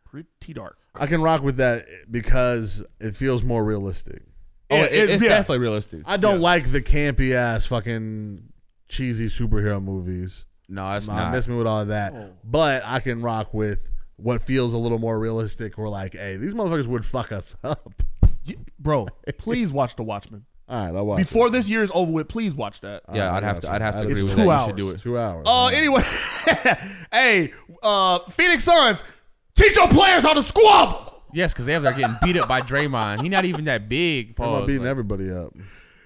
pretty dark.
I can rock with that because it feels more realistic.
Oh, Yeah, it- it's- it's yeah. definitely realistic.
I don't like the campy ass fucking cheesy superhero movies.
No, it's
I
not.
miss me with all that. But I can rock with what feels a little more realistic or like, hey, these motherfuckers would fuck us up.
Bro, please watch The Watchmen.
All right, I'll watch.
Before this year is over with, please watch that.
Yeah, I'd have to- I'd have to agree
It's
with
two
that. You
hours.
should do it. Two hours.
Uh, anyway, hey, uh, Phoenix Suns, teach your players how to squabble.
Yes, because they're getting beat up by Draymond. He not even that big.
I'm
Paul.
beating everybody up.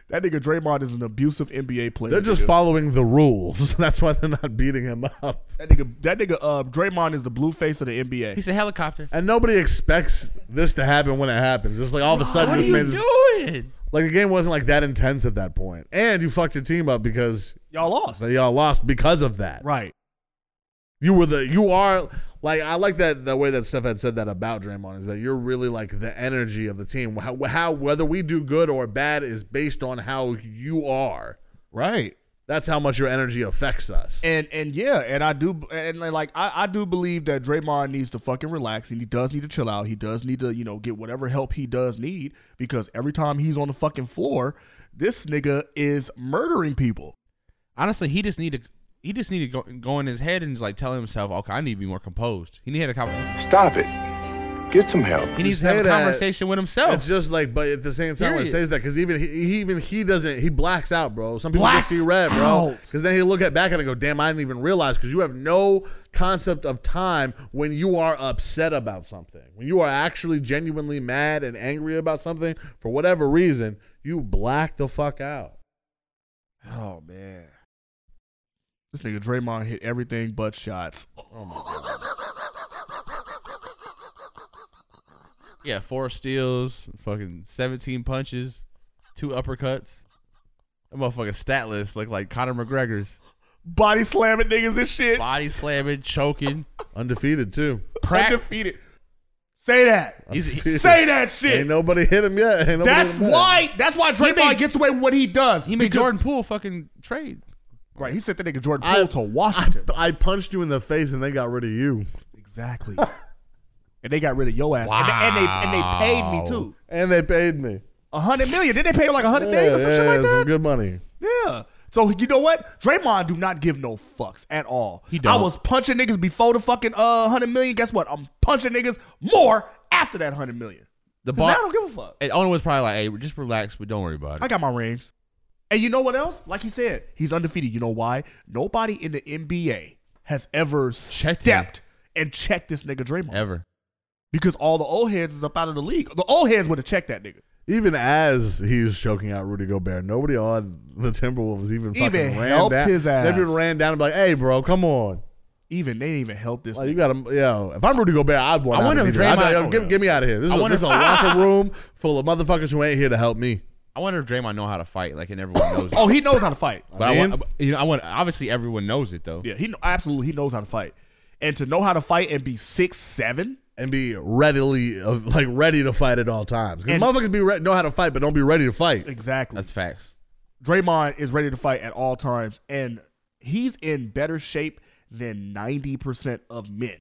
That nigga Draymond is an abusive NBA player.
They're just
nigga.
following the rules. That's why they're not beating him up.
That nigga, that nigga, uh, Draymond is the blue face of the NBA.
He's a helicopter.
And nobody expects this to happen when it happens. It's like all of a sudden
What are
this
you
man's
doing?
like the game wasn't like that intense at that point. And you fucked your team up because
y'all lost.
Y'all lost because of that.
Right.
You were the you are like I like that the way that Steph had said that about Draymond is that you're really like the energy of the team. How, how whether we do good or bad is based on how you are.
Right.
That's how much your energy affects us.
And and yeah, and I do and like I, I do believe that Draymond needs to fucking relax and he does need to chill out. He does need to, you know, get whatever help he does need because every time he's on the fucking floor, this nigga is murdering people.
Honestly, he just need to he just need to go, go in his head and just like tell himself, okay, I need to be more composed. He need to have a conversation.
Stop it. Get some help.
He needs to
You say
have a
that,
conversation with
Oh.
himself.
It's just like, but at the same time, when it
Period.
says that, because even he, he- even he doesn't, he blacks out, bro. Some people just
Blacks
see red, bro.
out.
Because then he look at back at it and go, "Damn, I didn't even realize." Because you have no concept of time when you are upset about something, when you are actually genuinely mad and angry about something for whatever reason, you black the fuck out.
Oh man. This nigga Draymond hit everything but shots.
Oh my god.
yeah, four steals, fucking seventeen punches, two uppercuts. That motherfucking stat list look like Conor McGregor's
Body slamming niggas and shit.
body slamming, choking,
undefeated too.
Undefeated. Say that. Say that shit.
Ain't nobody hit him yet. Ain't nobody
That's
hit him yet.
why. That's why Draymond
made-
gets away with what he does.
He made
because-
Jordan Poole fucking trade.
Right. He sent that nigga Jordan
I-
Poole to Washington.
I punched you in the face and they got rid of you.
Exactly. and they got rid of your ass. And, and they and they paid me too.
And they paid me.
A hundred million. Did they pay him like a hundred million or some
yeah,
shit like
some
that?
good money.
Yeah. So you know what? Draymond do not give no fucks at all. He
don't.
I was punching niggas before the fucking uh hundred million. Guess what? I'm punching niggas more after that hundred million.
The
'Cause
ball.
now I don't give a fuck.
And owner was probably like, "Hey, just relax, but don't worry about it."
I got my rings. And you know what else? Like he said, he's undefeated. You know why? Nobody in the NBA has ever stepped and checked this nigga Draymond.
Ever.
Because all the old heads is up out of the league. The old heads would have checked that nigga.
Even as he was choking out Rudy Gobert, nobody on the Timberwolves even,
Even
fucking ran
helped
down.
his
They
ass.
even ran down and be like, "Hey, bro, come on."
Even they didn't even help this.
Like, you got to, yeah. If I'm Rudy Gobert, I'd want.
I
out
wonder
of
if
the meeting. I'd be
Draymond-
like, yo, get, get me out of here. This
I
is, a,
wonder
this is a
if-
locker room full of motherfuckers who ain't here to help me.
I wonder if Draymond know how to fight, like, and everyone knows. it.
Oh, he knows how to fight.
But I, want, you know, I want. Obviously, everyone knows it though.
Yeah, he kn- absolutely he knows how to fight, and to know how to fight and be six seven
and be readily uh, like ready to fight at all times. 'Cause
And-
motherfuckers be re- know how to fight, but don't be ready to fight.
exactly.
That's facts.
Draymond is ready to fight at all times, and he's in better shape than ninety percent of men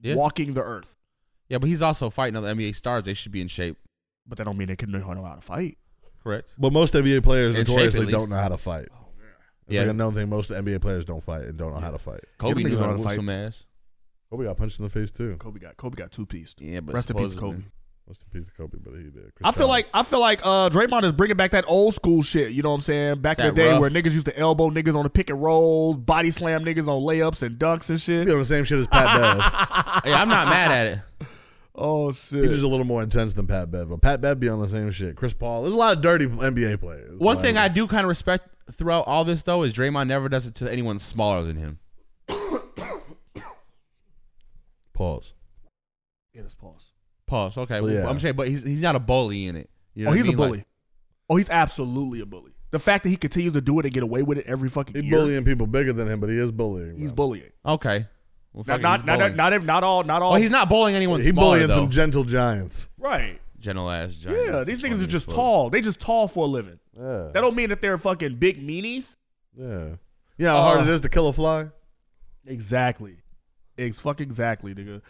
Yeah.
walking the earth.
Yeah, but he's also fighting other NBA stars. They should be in shape.
But that don't mean they can know how to fight.
Correct.
But most NBA players
In shape,
notoriously
at least. Oh,
don't know how to fight. It's
Yeah.
like another thing most NBA players don't fight and don't know how to fight.
Kobe
Everybody's
knew how to
on a
whoop
fight.
some ass.
Kobe got punched in the face too.
Kobe got Kobe got two pieced.
Yeah, but
rest in peace, Kobe.
supposedly-
What's the piece of Kobe? But he did.
I feel like I feel like uh, Draymond is bringing back that old school shit. You know what I'm saying? Back in the
That
day
rough.
where niggas used to elbow niggas on the pick and rolls, body slam niggas on layups and dunks and shit.
You know the same shit as Pat Bev.
Yeah, I'm not mad at it.
Oh shit!
He's just a little more intense than Pat Bev. But Pat Bev be on the same shit. Chris Paul. There's a lot of dirty NBA players.
One
Like,
thing I do kind of respect throughout all this though is Draymond never does it to anyone smaller than him.
pause.
Yeah, let's pause.
Pause. Okay,
Well, yeah.
I'm saying, but he's he's not a bully in it. You know
oh,
what I
he's a
mean?
bully.
Like,
oh, he's absolutely a bully. The fact that he continues to do it and get away with it every fucking
He
year.
bullying people bigger than him, but he is bullying.
He's
bro.
bullying.
okay. Well,
Not
fuck it,
not,
he's
not,
bullying.
not if not all not all.
Well, he's not bullying anyone
He
smaller
bullying
though.
some gentle giants.
right.
Gentle ass giant.
Yeah, these niggas are just tall. They just tall for a living.
Yeah.
That don't mean that they're fucking big meanies.
Yeah. Yeah, how hard
Uh,
it is to kill a fly.
Exactly. Ex fuck exactly, nigga.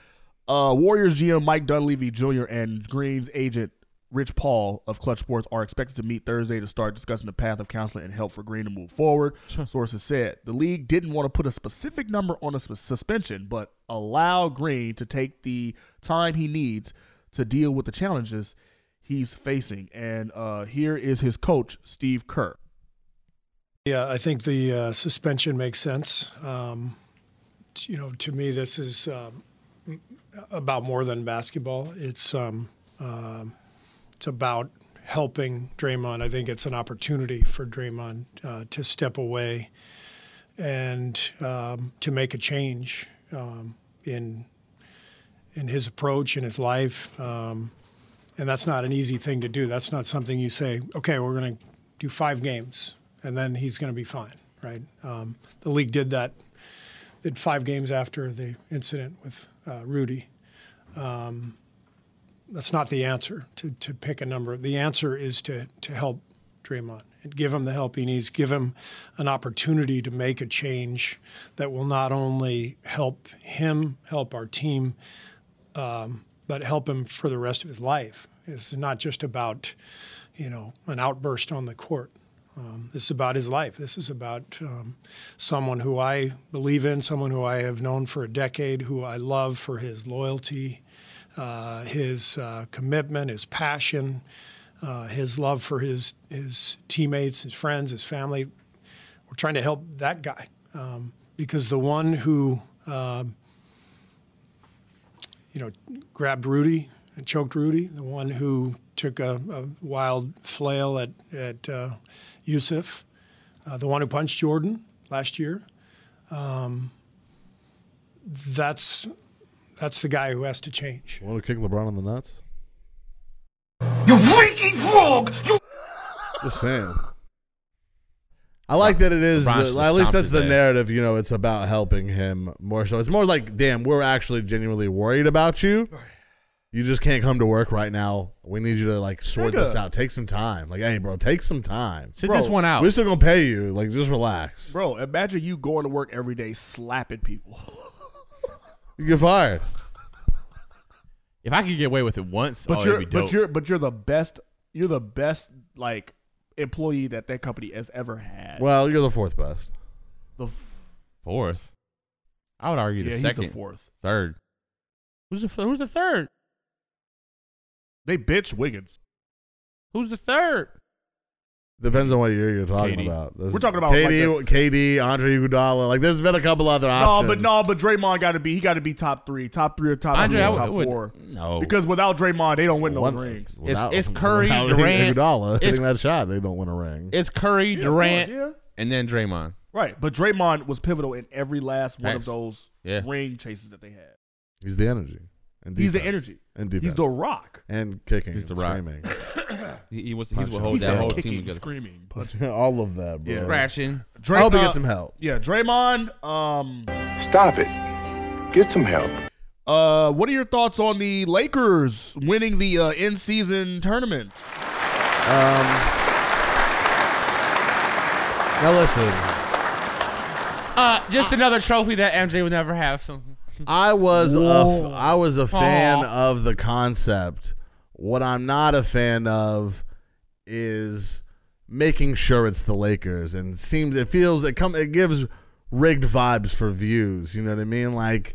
Uh, Warriors GM Mike Dunleavy Jr. and Green's agent Rich Paul of Clutch Sports are expected to meet Thursday to start discussing the path of counseling and help for Green to move forward. Sources said the league didn't want to put a specific number on a sp- suspension, but allow Green to take the time he needs to deal with the challenges he's facing. And uh, here is his coach, Steve Kerr.
Yeah, I think the uh, suspension makes sense. Um, t- you know, to me, this is um, m- about more than basketball. It's um, um, it's about helping Draymond. I think it's an opportunity for Draymond uh, to step away and um, to make a change um, in in his approach in his life. Um, and that's not an easy thing to do. That's not something you say, okay, we're going to do five games and then he's going to be fine, right? Um, the league did that, did five games after the incident with uh, Rudy. Um, that's not the answer to, to pick a number. The answer is to, to help Draymond and give him the help he needs, give him an opportunity to make a change that will not only help him, help our team, um, but help him for the rest of his life. It's not just about, you know, an outburst on the court. Um, this is about his life. This is about um, someone who I believe in, someone who I have known for a decade, who I love for his loyalty, uh, his uh, commitment, his passion, uh, his love for his his teammates, his friends, his family. We're trying to help that guy um, because the one who um, you know, grabbed Rudy and choked Rudy, the one who took a, a wild flail at at uh, Yusuf, uh, the one who punched Jordan last year. Um, that's that's the guy who has to change.
Want to kick LeBron in the nuts?
You freaky frog! You
Just saying. I like that it is.
LeBron
The,
should've
at least
stomped
that's
his
the
ass.
narrative. You know, it's about helping him more so. It's more like, damn, we're actually genuinely worried about you. You just can't come to work right now. We need you to like sort
Nigga.
this out. Take some time. Like, hey, bro, take some time.
Sit this Bro. one out.
We're still gonna pay you. Like, just relax.
Bro, imagine you going to work every day slapping people.
You get fired.
If I could get away with it once,
But
oh,
you're
it'd be dope.
but you're but you're the best you're the best like employee that that company has ever had.
Well, you're the fourth best.
The f-
fourth. I would argue
Yeah,
the
he's the
second,
fourth.
third. Who's the f- who's the third?
they bitch Wiggins.
Who's the third?
Depends on what year you're talking
KD.
about.
We're talking about,
KD,
like,
KD, Andre Iguodala. Like, there's been a couple other options.
No, but no, but Draymond got to be he got to be top three, top three or top
Andre,
two,
I
or
would-
top
I would-
four.
no.
because without Draymond, they don't win no
One-
rings.
without-
it's Curry,
without
Durant,
Iguodala
it's-
hitting that shot, they don't win a ring.
It's Curry,
Yeah, of
Durant,
course, yeah.
and then Draymond.
Right, but Draymond was pivotal in every last one of
Thanks.
those
Yeah.
ring chases that they had.
He's the energy. And
He's the
defense.
energy.
And
He's
defense.
the rock.
And kicking.
He's
He's
the
the
rock.
Screaming.
He-
he was-
he's what
Punching.
holds that whole team Kicking, together. screaming, punching.
All of that, bro.
Yeah.
Scratching.
I hope he gets
uh,
some help.
Yeah, Draymond. Um,
Stop it. Get some help.
uh, what are your thoughts on the Lakers winning the uh, in-season tournament?
Um, now listen,
Uh, just another trophy that MJ would never have. So
I was a,
Whoa.
I was a fan
Aw.
of the concept. What I'm not a fan of is making sure it's the Lakers. And it seems it feels it come it gives rigged vibes for views. You know what I mean? Like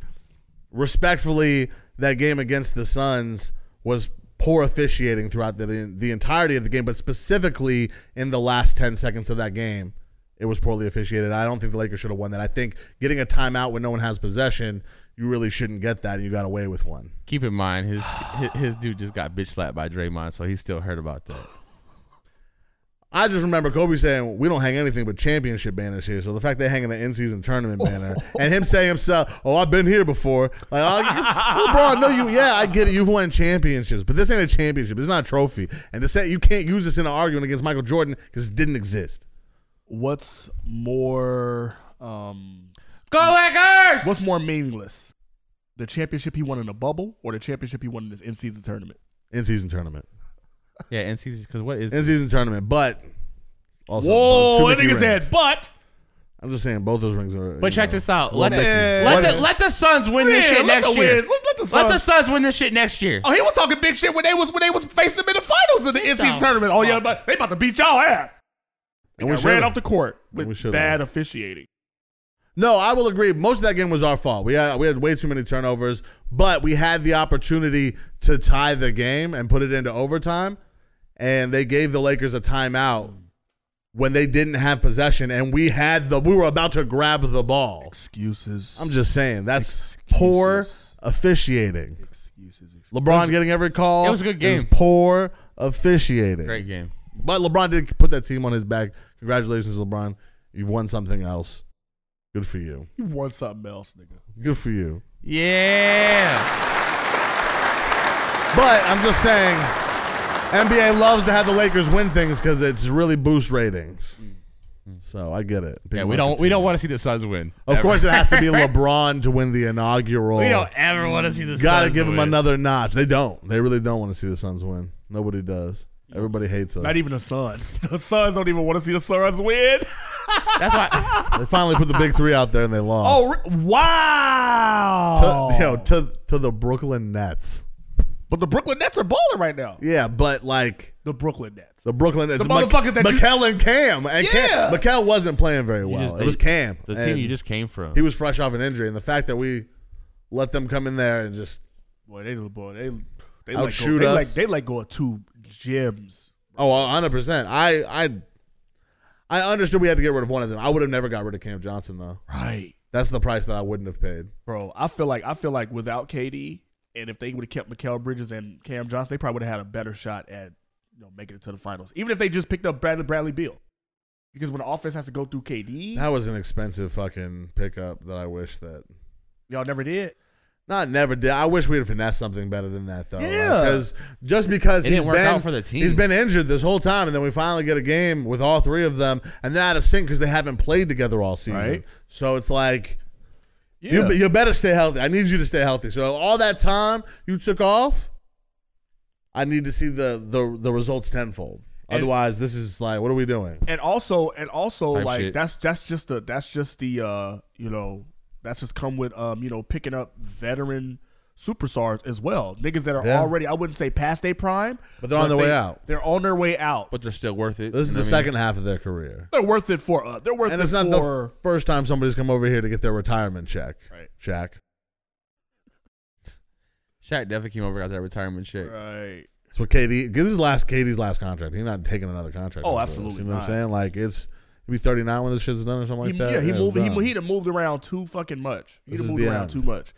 respectfully, that game against the Suns was poor officiating throughout the the entirety of the game, but specifically in the last ten seconds of that game, it was poorly officiated. I don't think the Lakers should have won that. I think getting a timeout when no one has possession, you really shouldn't get that, and you got away with one.
Keep in mind, his his, his dude just got bitch slapped by Draymond, so he's still hurt about that.
I just remember Kobe saying, "We don't hang anything but championship banners here." So the fact they hang an in-season tournament banner, and him saying himself, "Oh, I've been here before." Like, oh, you- LeBron, no, you, yeah, I get it. You've won championships, but this ain't a championship. It's not a trophy. And to say you can't use this in an argument against Michael Jordan because it didn't exist.
What's more? Um,
Go Lakers!
What's more meaningless, the championship he won in a bubble or the championship he won in this in-season tournament?
In-season tournament.
Yeah, in season because what is
In-season tournament, but also
Whoa,
two
that
Mickey
nigga said,
rings.
but.
I'm just saying both those rings are.
But
you
check
know,
this out. Let
one
the,
Mickey.
let, the, let the Suns win this
Yeah,
shit
let the
next year.
Wiz- let-
let the Suns-
Suns win this shit next year.
Oh, he was talking big shit when they was when they was facing him in the finals in the in-season tournament. Oh yeah, but they about to beat y'all ass.
And
we
we
ran
should've.
off the court
And we
with
should've.
bad officiating.
No, I will agree. Most of that game was our fault. We had we had way too many turnovers, but we had the opportunity to tie the game and put it into overtime, and they gave the Lakers a timeout when they didn't have possession, and we had the we were about to grab the ball.
Excuses.
I'm just saying that's poor officiating. LeBron getting every call.
It was a good
is
game.
Poor officiating.
Great game.
But LeBron did put that team on his back. Congratulations, LeBron. You've won something else. Good for you.
He won something else, nigga.
Good for you.
Yeah.
But I'm just saying, NBA loves to have the Lakers win things because it's really boost ratings. So I get it.
Yeah, we don't we don't want to see the Suns win.
Of
Ever.
course, it has to be LeBron to win the inaugural.
We don't ever wanna see the
Gotta
Suns
give him
win.
another notch. They don't. They really don't want to see the Suns win. Nobody does. Everybody hates us.
Not even the Suns. The Suns don't even want to see the Suns win.
That's why.
They finally put the big three out there and they lost.
Oh re- wow!
to, yo, to to the Brooklyn Nets.
but the Brooklyn Nets are balling right now.
Yeah, but like
The Brooklyn Nets.
the Brooklyn
The
Nets.
motherfuckers that you-
Mikel and Cam and
Yeah.
Cam. Mikel wasn't playing very well.
just-
it was Cam.
the team
and
you just came from.
He was fresh off an injury, and the fact that we let them come in there and just
Boy, they boy, they they
Outshoot
like go,
us.
They like they like going to gyms.
oh, 100 percent. I I I understood we had to get rid of one of them. I would have never got rid of Cam Johnson though.
Right.
That's the price that I wouldn't have paid.
Bro, I feel like I feel like without KD, and if they would have kept Mikael Bridges and Cam Johnson, they probably would have had a better shot at you know making it to the finals. Even if they just picked up Bradley Bradley Beal, because when the offense has to go through KD,
That was an expensive fucking pickup that I wish that
y'all never did.
Not never did. I wish we'd have finessed something better than that though.
Yeah.
Because just because
It didn't
he's
work
been
out for the team.
he's been injured this whole time, and then we finally get a game with all three of them, and they're out of sync because they haven't played together all season.
Right.
So it's like.
Yeah.
You, you better stay healthy. I need you to stay healthy. So all that time you took off, I need to see the the, the results tenfold.
And-
Otherwise, this is like, what are we doing?
And also, and also,
Type
like
shit.
that's that's just the that's just the uh you know that's just come with um you know picking up veteran superstars as well, niggas that are
Yeah.
already I wouldn't say past their prime,
But they're on their way out.
They're on their way out.
But they're still worth it.
This is
You
the
know what I mean?
second half of their career.
They're worth it for uh, they're worth
and
it
it's not
for
the f- first time somebody's come over here to get their retirement check.
Right.
Check.
Shaq definitely came over got that retirement check.
right.
That's what KD. 'cause This is last KD's last contract. He's not taking another contract.
Oh,
after this,
absolutely
You know what
not.
I'm saying? Like it's he'll be 39 when this shit's done or something like
He-
that.
Yeah, he
it's
moved. He,
done.
mo- he done moved around too fucking much. He
This
done
is
moved
the
around
end.
too much.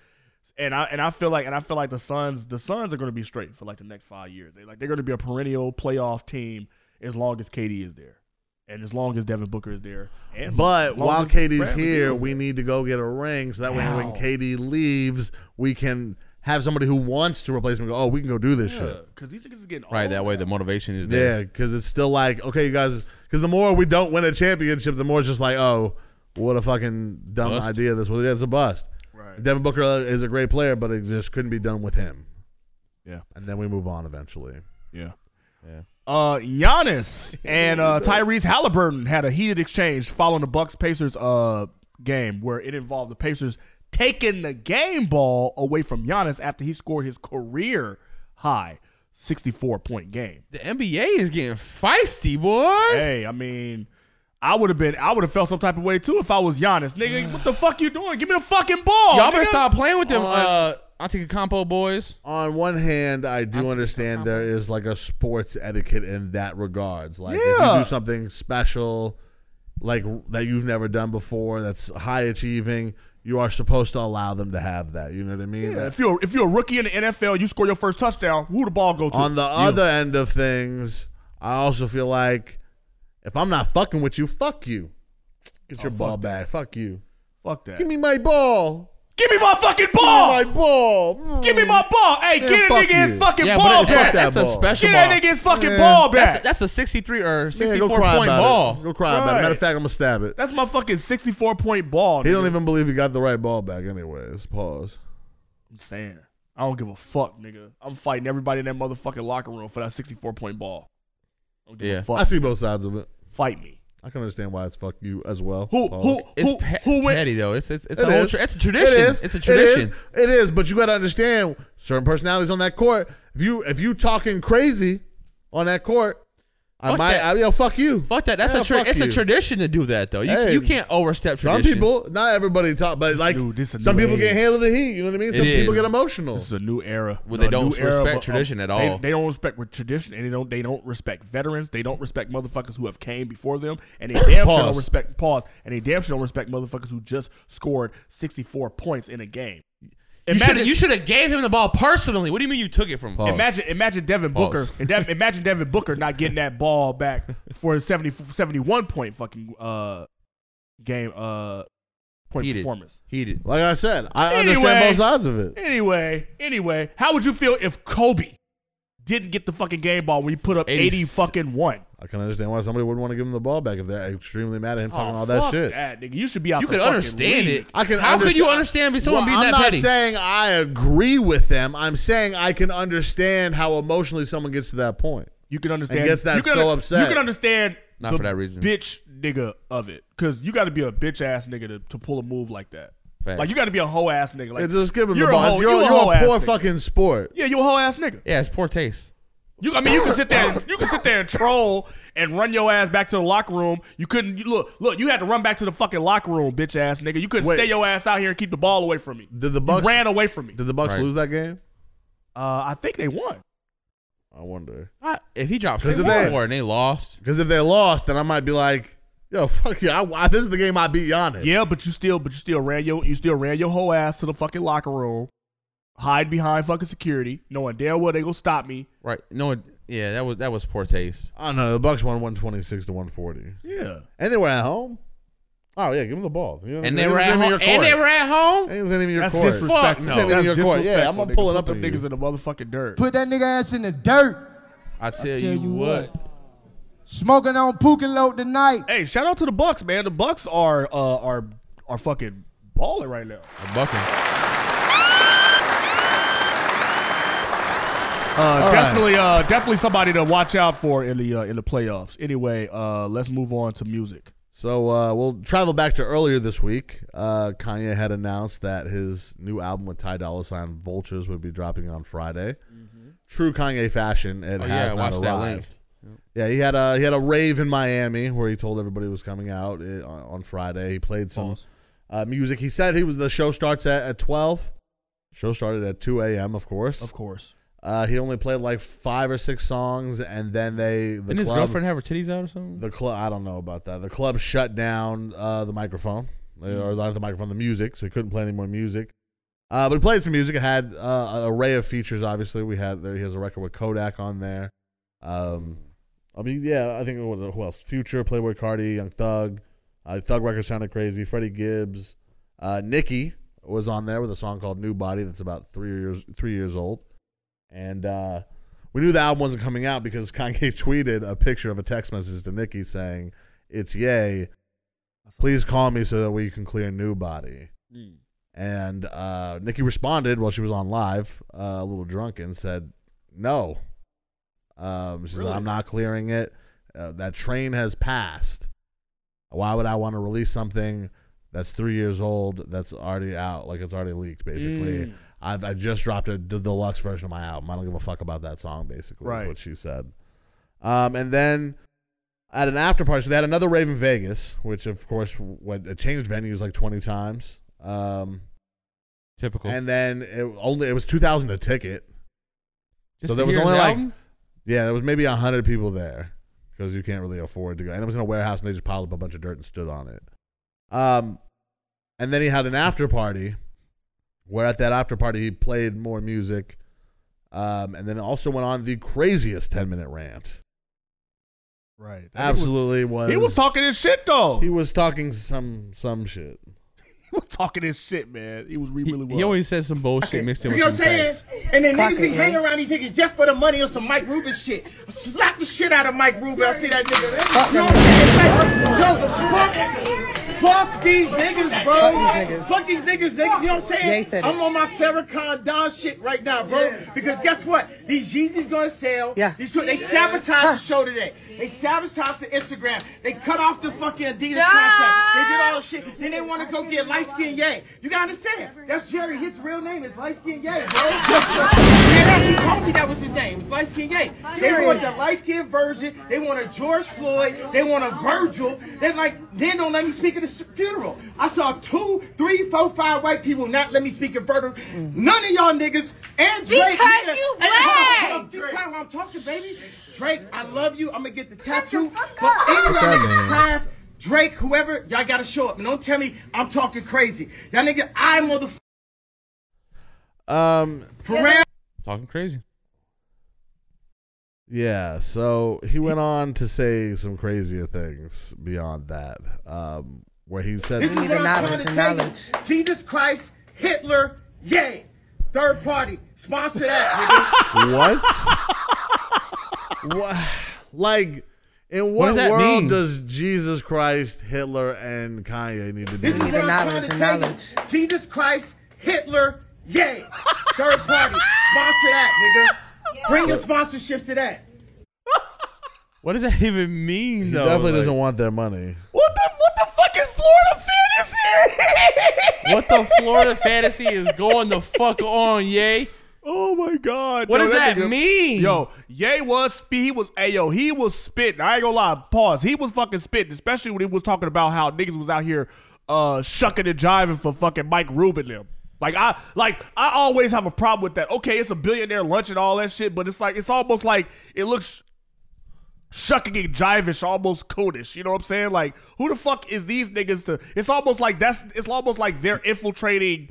And I and I feel like and I feel like the Suns the Suns are going to be straight for like the next five years. They like they're going to be a perennial playoff team as long as KD is there. And as long as Devin Booker is there, and
But
as long
while
as
Katie's
Bradley
here,
is
we need to go get a ring so that way when Katie leaves, we can have somebody who wants to replace him go, oh, we can go do this shit.
because these niggas are getting
Right, that way the motivation
Yeah,
is there.
because it's still like, okay, you guys, because the more we don't win a championship, the more it's just like, oh, what a fucking dumb
Bust.
idea this was. Yeah, it's a bust. Right. Devin Booker uh, is a great player, but it just couldn't be done with him.
Yeah.
And then we move on eventually.
Yeah. Uh, Giannis and uh, Tyrese Halliburton had a heated exchange following the Bucks Pacers uh game where it involved the Pacers taking the game ball away from Giannis after he scored his career high sixty four point game.
The NBA is getting feisty, boy.
Hey, I mean, I would have been, I would have felt some type of way too if I was Giannis, nigga. what the fuck you doing? Give me the fucking ball.
Y'all better
nigga.
stop playing with them.
On-
Uh, Antetokounmpo boys.
On one hand, I do understand there is like a sports etiquette in that regards. Like if you
Yeah.
do something special, like that you've never done before, that's high achieving, you are supposed to allow them to have that. You know what I mean?
Yeah, if you're if you're a rookie in the NFL, you score your first touchdown. Who the ball go to?
On the uh,
You.
other end of things, I also feel like if I'm not fucking with you, fuck you. Get your ball back. Fuck you.
Fuck that.
Give me my ball.
Give me my fucking
Give
ball.
me my ball. Mm.
Give me my ball. Hey,
Man,
get a
fuck
nigga
you.
his fucking
Yeah, but
ball
it- fuck
back.
that That's a ball. special
Get that
ball.
nigga his fucking
Yeah.
ball
That's a,
back.
that's a 63 or
Yeah,
64
go cry
point
about
ball.
It. Go cry about it. Matter of
Right.
fact, I'm gonna stab it.
That's my fucking 64 point ball.
He
nigga.
don't even believe he got the right ball back, anyways. Pause.
I'm saying. I don't give a fuck, nigga. I'm fighting everybody in that motherfucking locker room for that 64 point ball. I don't give
Yeah.
a fuck.
I see both sides of it.
Fight me.
I can understand why it's fuck you as well.
Who-
Pause.
who-
It's, pe- it's petty though. It's it's it's,
It
a, whole
is.
tra- it's a
It
tradition.
is.
It's a
It is.
tradition.
It is, but you got to understand certain personalities on that court. If you if you talking crazy on that court, I
Fuck
might
that.
I, yo fuck you.
Fuck that. That's
Yeah,
a tra-
fuck
it's a
you.
tradition to do that though. You,
Hey,
you can't overstep
Some
tradition.
people, not everybody talk, but like
dude, this a
some
new
people
age.
can handle the heat. You know what I mean?
It
Some people
is.
get emotional.
This is a new era.
Well,
Well,
they don't respect tradition at all.
They, don't respect with tradition, and they don't they don't respect veterans. They don't respect motherfuckers who have came before them, and they damn sure
Pause.
don't respect pause. And they damn sure don't respect motherfuckers who just scored sixty four points in a game.
You should
Imagine
you should have gave him the ball personally. What do you mean you took it from him?
Imagine, imagine Devin Booker.
Pause.
and Dev- imagine Devin Booker not getting that ball back for a 70, 71 point fucking uh game uh point
Heated.
performance.
Heated.
Like I said, I understand
Anyway.
both sides of it.
Anyway, anyway, how would you feel if Kobe didn't get the fucking game ball when he put up
Eighty
eighty
s-
fucking one?
I can understand why somebody wouldn't want to give him the ball back if they're extremely mad at him talking
Oh,
all that
fuck
shit.
that, nigga. You should be out.
You
the
could
fucking
understand
league.
it.
I can.
How could you understand someone
Well,
being
I'm
that
not
petty?
saying I agree with them. I'm saying I can understand how emotionally someone gets to that point.
You can understand.
gets that
you can,
so
under-
upset.
You can understand.
Not
the
for that reason.
bitch nigga of it, because you got to be a bitch ass nigga to, to pull a move like that.
Facts.
Like you got to be a hoe ass nigga. Like
It's just give him the
you're a
ball.
hoe-
You're,
you
you're a,
hoe-ass
poor
nigga.
fucking sport.
Yeah, you a whole ass nigga.
Yeah, it's poor taste.
You, I mean, you can sit there, you can sit there and troll and run your ass back to the locker room. You couldn't you, look, look. You had to run back to the fucking locker room, bitch ass nigga. You couldn't
Wait.
stay your ass out here and keep the ball away from me.
Did
You
the Bucks
ran away from me.
Did the Bucks
Right.
lose that game?
Uh, I think they won.
I wonder.
I- If he drops
Because
four
of that.
and they lost,
Because if they lost, then I might be like, yo, fuck yeah. I, I- this is the game I beat Giannis.
Yeah, but you still, but you still ran your, you still ran your whole ass to the fucking locker room, hide behind fucking security, knowing damn well they gonna stop me.
right? No, it- yeah, that was that was poor taste.
I don't know. The Bucks won 126 to 140.
Yeah,
And they were at home. Oh, yeah, give them the ball. You know what I
And
mean?
they were
was
at
in
home.
your
And
court.
they were at home.
They was in your
that's
court.
disrespectful.
Fuck no.
That's
It's in your court. Yeah, I'm
disrespectful,
gonna
nigga.
pull it
Put
up
Them
on you.
niggas in the motherfucking dirt.
Put that nigga ass in the dirt.
I tell,
Tell
you,
you
what.
what. Smoking on Pookie Load tonight.
Hey, shout out to the Bucks, man. The Bucks are uh, are are fucking balling right now.
I'm bucking.
Uh,
All
definitely, uh, definitely somebody to watch out for in the uh, in the playoffs. Anyway, uh, let's move on to music.
So uh, we'll travel back to earlier this week. Uh, Kanye had announced that his new album with Ty Dolla Sign, Vultures, would be dropping on Friday. True Kanye fashion. It
Mm-hmm. Oh, yeah,
has
I
not
watched that
arrived. Yeah, he had a he had a rave in Miami where he told everybody it was coming out it, on, on Friday. He played some uh, music. He said he was the show starts at, at twelve. Show started at two a.m. Of course.
Of course,
Uh, he only played like five or six songs, and then they the
Didn't his
club-
girlfriend have her titties out or something?
the club, I don't know about that. The club shut down uh, the microphone, Uh, or not the microphone, the music, so he couldn't play any more music. Uh, but he played some music. It had uh, an array of features. Obviously, we had there. He has a record with Kodak on there. Um, I mean, yeah, I think who who else? Future, Playboy Cardi, Young Thug. Uh, Thug record sounded crazy. Freddie Gibbs, uh, Nicki was on there with a song called "New Body" that's about three years three years old, and uh, we knew the album wasn't coming out because Kanye tweeted a picture of a text message to Nicki saying, "It's yay, please call me so that we can clear New Body."
Mm.
And uh, Nikki responded while she was on live, uh, a little drunk, and said, "No." Um, she said, "I'm not clearing it. Uh, that train has passed. Why would I want to release something that's three years old? That's already out, like it's already leaked, basically."
Mm.
I've, I just dropped a d- deluxe version of my album. I don't give a fuck about that song, basically,
Right.
is what she said. Um, and then at an after party, so they had another rave in Vegas, which, of course, went, it changed venues like 20 times. Um,
Typical.
And then it only it was 2,000 a ticket.
Just
so
to
there was
hear his
only like,
album?
yeah, there was maybe 100 people there because you can't really afford to go. And it was in a warehouse and they just piled up a bunch of dirt and stood on it. Um, and then he had an after party where at that after party he played more music um, and then also went on the craziest 10 minute rant
Right.
absolutely was,
He was talking his shit though.
he was talking some some shit
He was talking his shit, man. He was he really was.
He always says some bullshit mixed in
You
with
know
some
what I'm saying?
facts.
And then
Clock
these
it,
niggas hang
man.
around these niggas just for the money on some Mike Rubin shit. Slap the shit out of Mike Rubin. I see that nigga. You know what I'm saying? It's like, yo, fuck. Fuck these niggas, bro.
Fuck these niggas.
Fuck these niggas, nigga. You know what I'm
They
saying?
said it.
I'm on my Farrakhan Don shit right now, bro. Because guess what? These Yeezys gonna sell.
Yeah.
These, they sabotaged the show today. They sabotaged the Instagram. They cut off the fucking Adidas
Yeah.
contract. They did all this shit. Then they wanna go get light skin Yang. You gotta understand. That's Jerry. His real name is light skin Yang, bro. Yeah, that's- he told me that was his name. It's light skin Yang. They want the light skin version. They want a George Floyd. They want a Virgil. They like then don't let me speak at the funeral. I saw two, three, four, five white people not let me speak at funeral. None of y'all niggas and Drake. nigga-
Because you
Hey, hold on,
black.
hold on. Keep quiet while I'm talking, baby. Drake, I love you. I'm gonna get the tattoo. But any of y'all
Fuck that
niggas
man.
trying Drake, whoever, y'all gotta show up. And don't tell me I'm talking crazy. Y'all nigga, I motherfucker.
um
For real?
Talking crazy.
Yeah, so he went on to say some crazier things beyond that, um, where he said,
This is what I'm trying to tell you. Jesus Christ, Hitler, yay. Third party, sponsor that,
what? what? Like, in
What
what,
does that
world
mean?
does Jesus Christ, Hitler, and Kanye need to be?
This is what I'm trying to tell you. Jesus Christ, Hitler, yay. Third party, sponsor that, nigga. Bring your sponsorships to that.
What does that even mean,
He
though?
definitely
Like,
doesn't want their money.
What the
What the fuck is Florida fantasy?
what the Florida fantasy is going the fuck on, yay?
Oh my god.
What
Yo,
does that,
nigga-
mean?
Yo, Ye was spit. He was ayo. He was spitting. I ain't gonna lie. Pause. He was fucking spitting, especially when he was talking about how niggas was out here uh shucking and jiving for fucking Mike Rubin them. Like I like I always have a problem with that. Okay, it's a billionaire lunch and all that shit, but it's like it's almost like it looks shucking and jivish, almost coonish. You know what I'm saying? Like, who the fuck is these niggas to? It's almost like that's. It's almost like they're infiltrating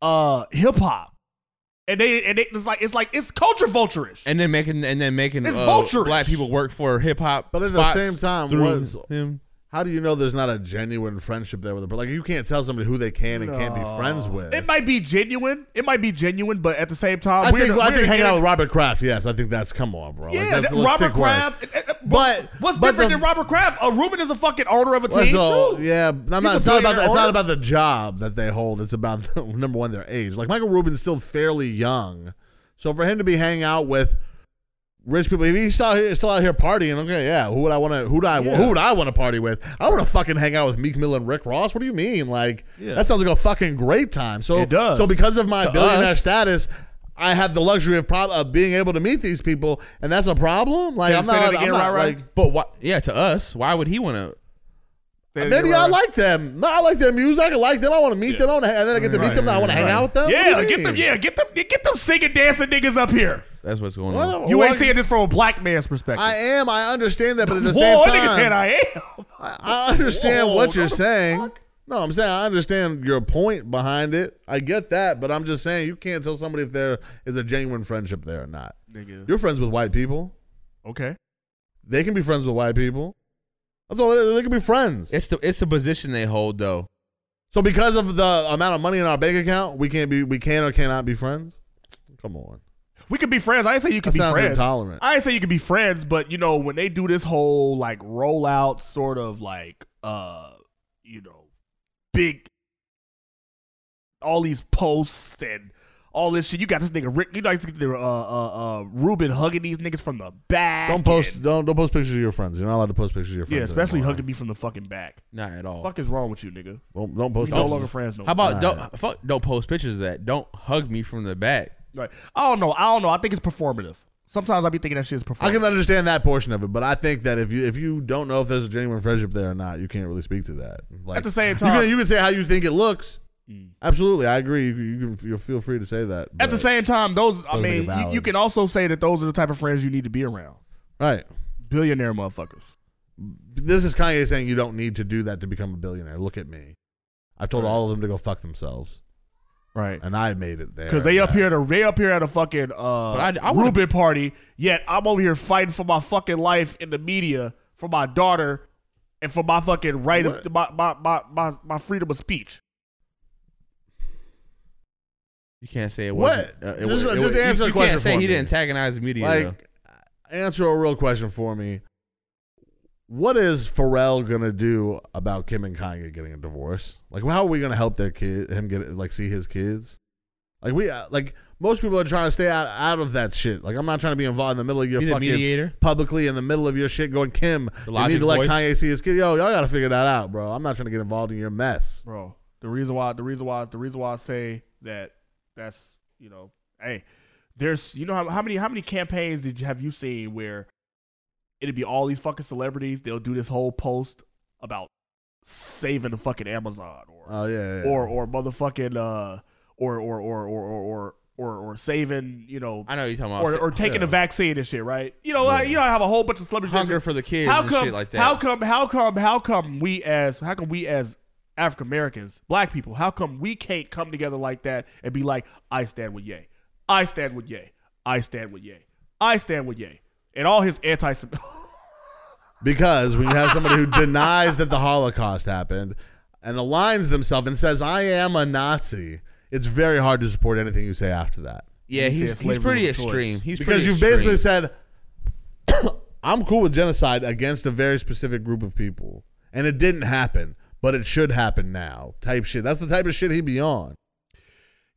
uh hip hop, and they and they, it's like it's like it's culture vulturish.
And then making and then making
It's
uh,
vulturish.
black people work for hip hop.
But at the
spots
same time,
through
what's,
him.
how do you know there's not a genuine friendship there with a Like, you can't tell somebody who they can and can't be friends with.
It might be genuine. It might be genuine, but at the same time,
I
we're the-
think, I
we're
think
the
hanging out
inter-
with Robert Kraft, yes, I think that's come on, bro. Like,
Yeah,
that's
that-
a little
Robert
sick way.
Kraft. and- and- But what's
but
different
the-
than Robert Kraft? A Ruben is a fucking owner of a
Well,
team.
so,
too.
yeah, I'm
He's
not,
a
it's not about the,
billionaire
it's not
owner.
about the job that they hold. It's about number one their age. Like Michael Rubin's still fairly young, so for him to be hanging out with rich people, if he's still out here, still out here partying, okay, yeah, who would I want to who do I who would I want to party with? I want to fucking hang out with Meek Mill and Rick Ross. What do you mean? Like
Yeah.
that sounds like a fucking great time. So
It does.
So because of my
To
billionaire
us.
status. I have the luxury of, prob- of being able to meet these people, and that's a problem. Like
Say-
I'm
say that
not,
again,
I'm not
right, right?
like
but why, yeah, to us, why would he want to?
Maybe I like them. No, I like their music. I can like them. I want to meet them. I want to, and then I get to meet
Right,
them. and I want to hang
right.
out with them.
Yeah,
What do you
get them.
mean?
Yeah, get them. Get them singing, dancing niggas up here.
That's what's going
What
on.
a-
You
what-
ain't seeing this from a black man's perspective.
I am. I understand that, but at the
Whoa,
same
that nigga said
time,
I am.
I understand
Whoa,
what you're
what the
saying. No, I'm saying I understand your point behind it. I get that, but I'm just saying you can't tell somebody if there is a genuine friendship there or not.
Nigga.
You're friends with white people.
Okay.
They can be friends with white people. That's all. it is. They can be friends.
It's the it's the position they hold though.
So because of the amount of money in our bank account, we can't be we can or cannot be friends. Come on.
We could be friends. I didn't say you could
That
be
sounds
friends.
intolerant.
I didn't say you could be friends, but you know when they do this whole like rollout sort of like uh you know big all these posts and all this shit. You got this nigga Rick. You like to get the uh uh uh Ruben hugging these niggas from the back.
Don't post don't don't post pictures of your friends. You're not allowed to post pictures of your
Yeah,
friends.
especially
anymore.
hugging me from the fucking back.
Not at all.
Fuck is wrong with you, nigga?
Don't don't post.
We no
pictures.
longer friends. No.
How about
more.
don't fuck don't post pictures of that. Don't hug me from the back.
Right. I don't know. I don't know. I think it's performative. Sometimes I be thinking that shit is performative.
I can understand that portion of it, but I think that if you if you don't know if there's a genuine friendship there or not, you can't really speak to that. Like,
At the same
you
time- Mm.
can, you can say how you think it looks. Absolutely, I agree. You, you can you feel free to say that.
At the
but-
same time, those I
Doesn't make it
mean, you,
valid.
you can also say that those are the type of friends you need to be around.
Right.
Billionaire motherfuckers.
this is Kanye saying you don't need to do that to become a billionaire. Look at me. I've told all of them to go fuck themselves.
Right.
And I made it there.
Because they up
Yeah.
here, to, they up here at a fucking uh,
I- I wanna-
Ruben party. Yet I'm over here fighting for my fucking life in the media, for my daughter, and for my fucking right of my my, my my my freedom of speech.
You can't say it
What?
wasn't. uh, it
Just-
was- it
just
was- you-
answer the
you
question
can't say
for me.
he didn't antagonize the media. though.
Like, answer a real question for me. What is Pharrell gonna do about Kim and Kanye getting a divorce? Like, how are we gonna help their kid, him get like see his kids? Like we uh, like most people are trying to stay out out of that shit. Like I'm not trying to be involved in the middle of your
You need a
fucking
mediator?
publicly in the middle of your shit going Kim. You need
logic
to let
voice?
Kanye see his kid. Yo, y'all gotta figure that out, bro. I'm not trying to get involved in your mess.
bro. The reason why, the reason why, the reason why I say that that's you know, hey, there's you know how, how many how many campaigns did you have you seen where it'd be all these fucking celebrities they'll do this whole post about saving the fucking Amazon or
Oh yeah. yeah.
or or motherfucking uh or or or or or or or, or saving you know
I know what you're talking about.
or, or taking
Yeah.
a vaccine and shit right you know like, you know I have a whole bunch of celebrities that
Hunger
shit.
for the kids
how
and
come
shit like that.
how come how come how come we as how come we as African Americans black people how come we can't come together like that and be like I stand with Ye I stand with Ye I stand with Ye I stand with Ye and all his anti
Because when you have somebody who denies that the Holocaust happened and aligns themselves and says, I am a Nazi, it's very hard to support anything you say after that.
yeah, he's, he's pretty extreme. He's
because you've
pretty extreme.
basically said, I'm cool with genocide against a very specific group of people. And it didn't happen, but it should happen now type shit. That's the type of shit he be on.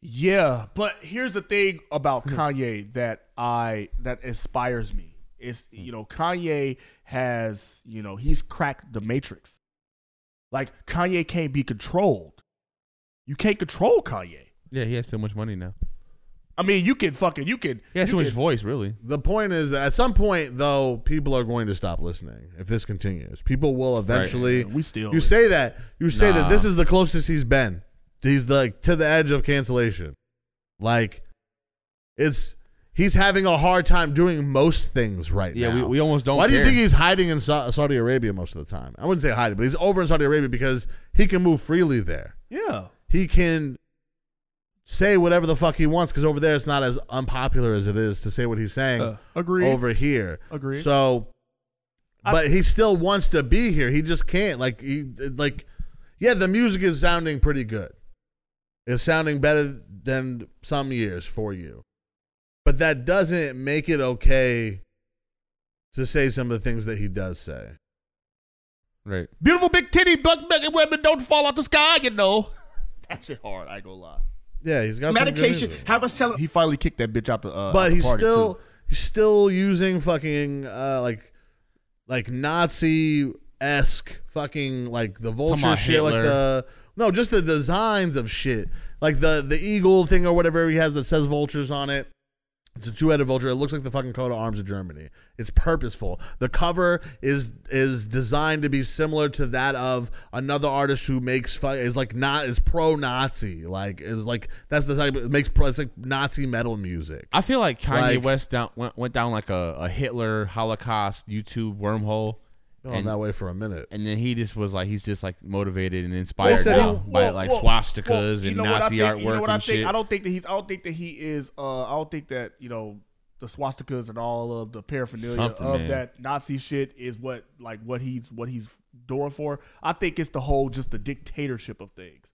Yeah, but here's the thing about Kanye that I that inspires me. It's you know, Kanye has, you know, he's cracked the matrix. Like Kanye can't be controlled. You can't control Kanye.
yeah, he has too much money now.
I mean, you can fucking you can
He has
you
too much
can-
voice, really.
The point is that at some point, though, people are going to stop listening if this continues. People will eventually.
We still
You say that. You say
Nah.
that this is the closest he's been. He's like to the edge of cancellation. Like, it's he's having a hard time doing most things right
Yeah,
now.
we- we almost don't
Why do you
care.
think he's hiding in Sa- Saudi Arabia most of the time? I wouldn't say hiding, but he's over in Saudi Arabia because he can move freely there.
Yeah.
He can say whatever the fuck he wants because over there it's not as unpopular as it is to say what he's saying
Uh, agreed.
over here.
Agreed.
So, but he still wants to be here. He just can't. Like he like, yeah, the music is sounding pretty good. It's sounding better than some years for you, but that doesn't make it okay to say some of the things that he does say.
Right.
Beautiful big titty buck naked women don't fall out the sky, you know. That shit hard, I ain't gonna lie.
Yeah, he's got some good
Medication.
music.
How about selling?
He finally kicked that bitch out the uh out
but
the
he's
party,
still
too.
he's still using fucking uh, like like Nazi esque fucking like the vulture
about
shit, like
Hitler.
the no, just the designs of shit, like the the eagle thing or whatever he has that says vultures on it. It's a two-headed vulture. It looks like the fucking coat of arms of Germany. It's purposeful. The cover is is designed to be similar to that of another artist who makes fu- is like not is pro-Nazi. Like is like that's the type it makes pro, it's like Nazi metal music.
I feel like Kanye
Like-
West down, went, went down like a, a Hitler Holocaust YouTube wormhole.
Been on that way Oh, for a minute,
and then he just was like, he's just like motivated and
Well,
inspired
so
now
he-
by
well,
like
well,
swastikas
well,
and
you know what I
Nazi
think-
artwork
You know what I
and
think?
shit.
I don't think that he's. I don't think that he is. Uh, I don't think that you know the swastikas and all of the paraphernalia
Something,
of
man.
that Nazi shit is what like what he's what he's doing for. I think it's the whole just the dictatorship of things.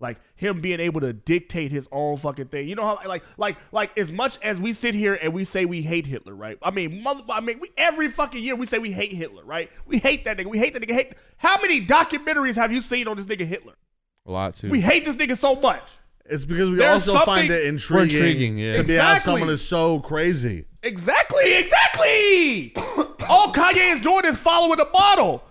Like him being able to dictate his own fucking thing. You know how like like like as much as we sit here and we say we hate Hitler, right? I mean, mother I mean, we every fucking year we say we hate Hitler, right? We hate that nigga. We hate that nigga. Hate How many documentaries have you seen on this nigga Hitler?
A lot too.
We hate this nigga so much.
It's because we
There's
also find
something-
it intriguing,
Intriguing, yeah.
to be how
Exactly.
someone is so crazy.
Exactly, exactly. All Kanye is doing is following the model.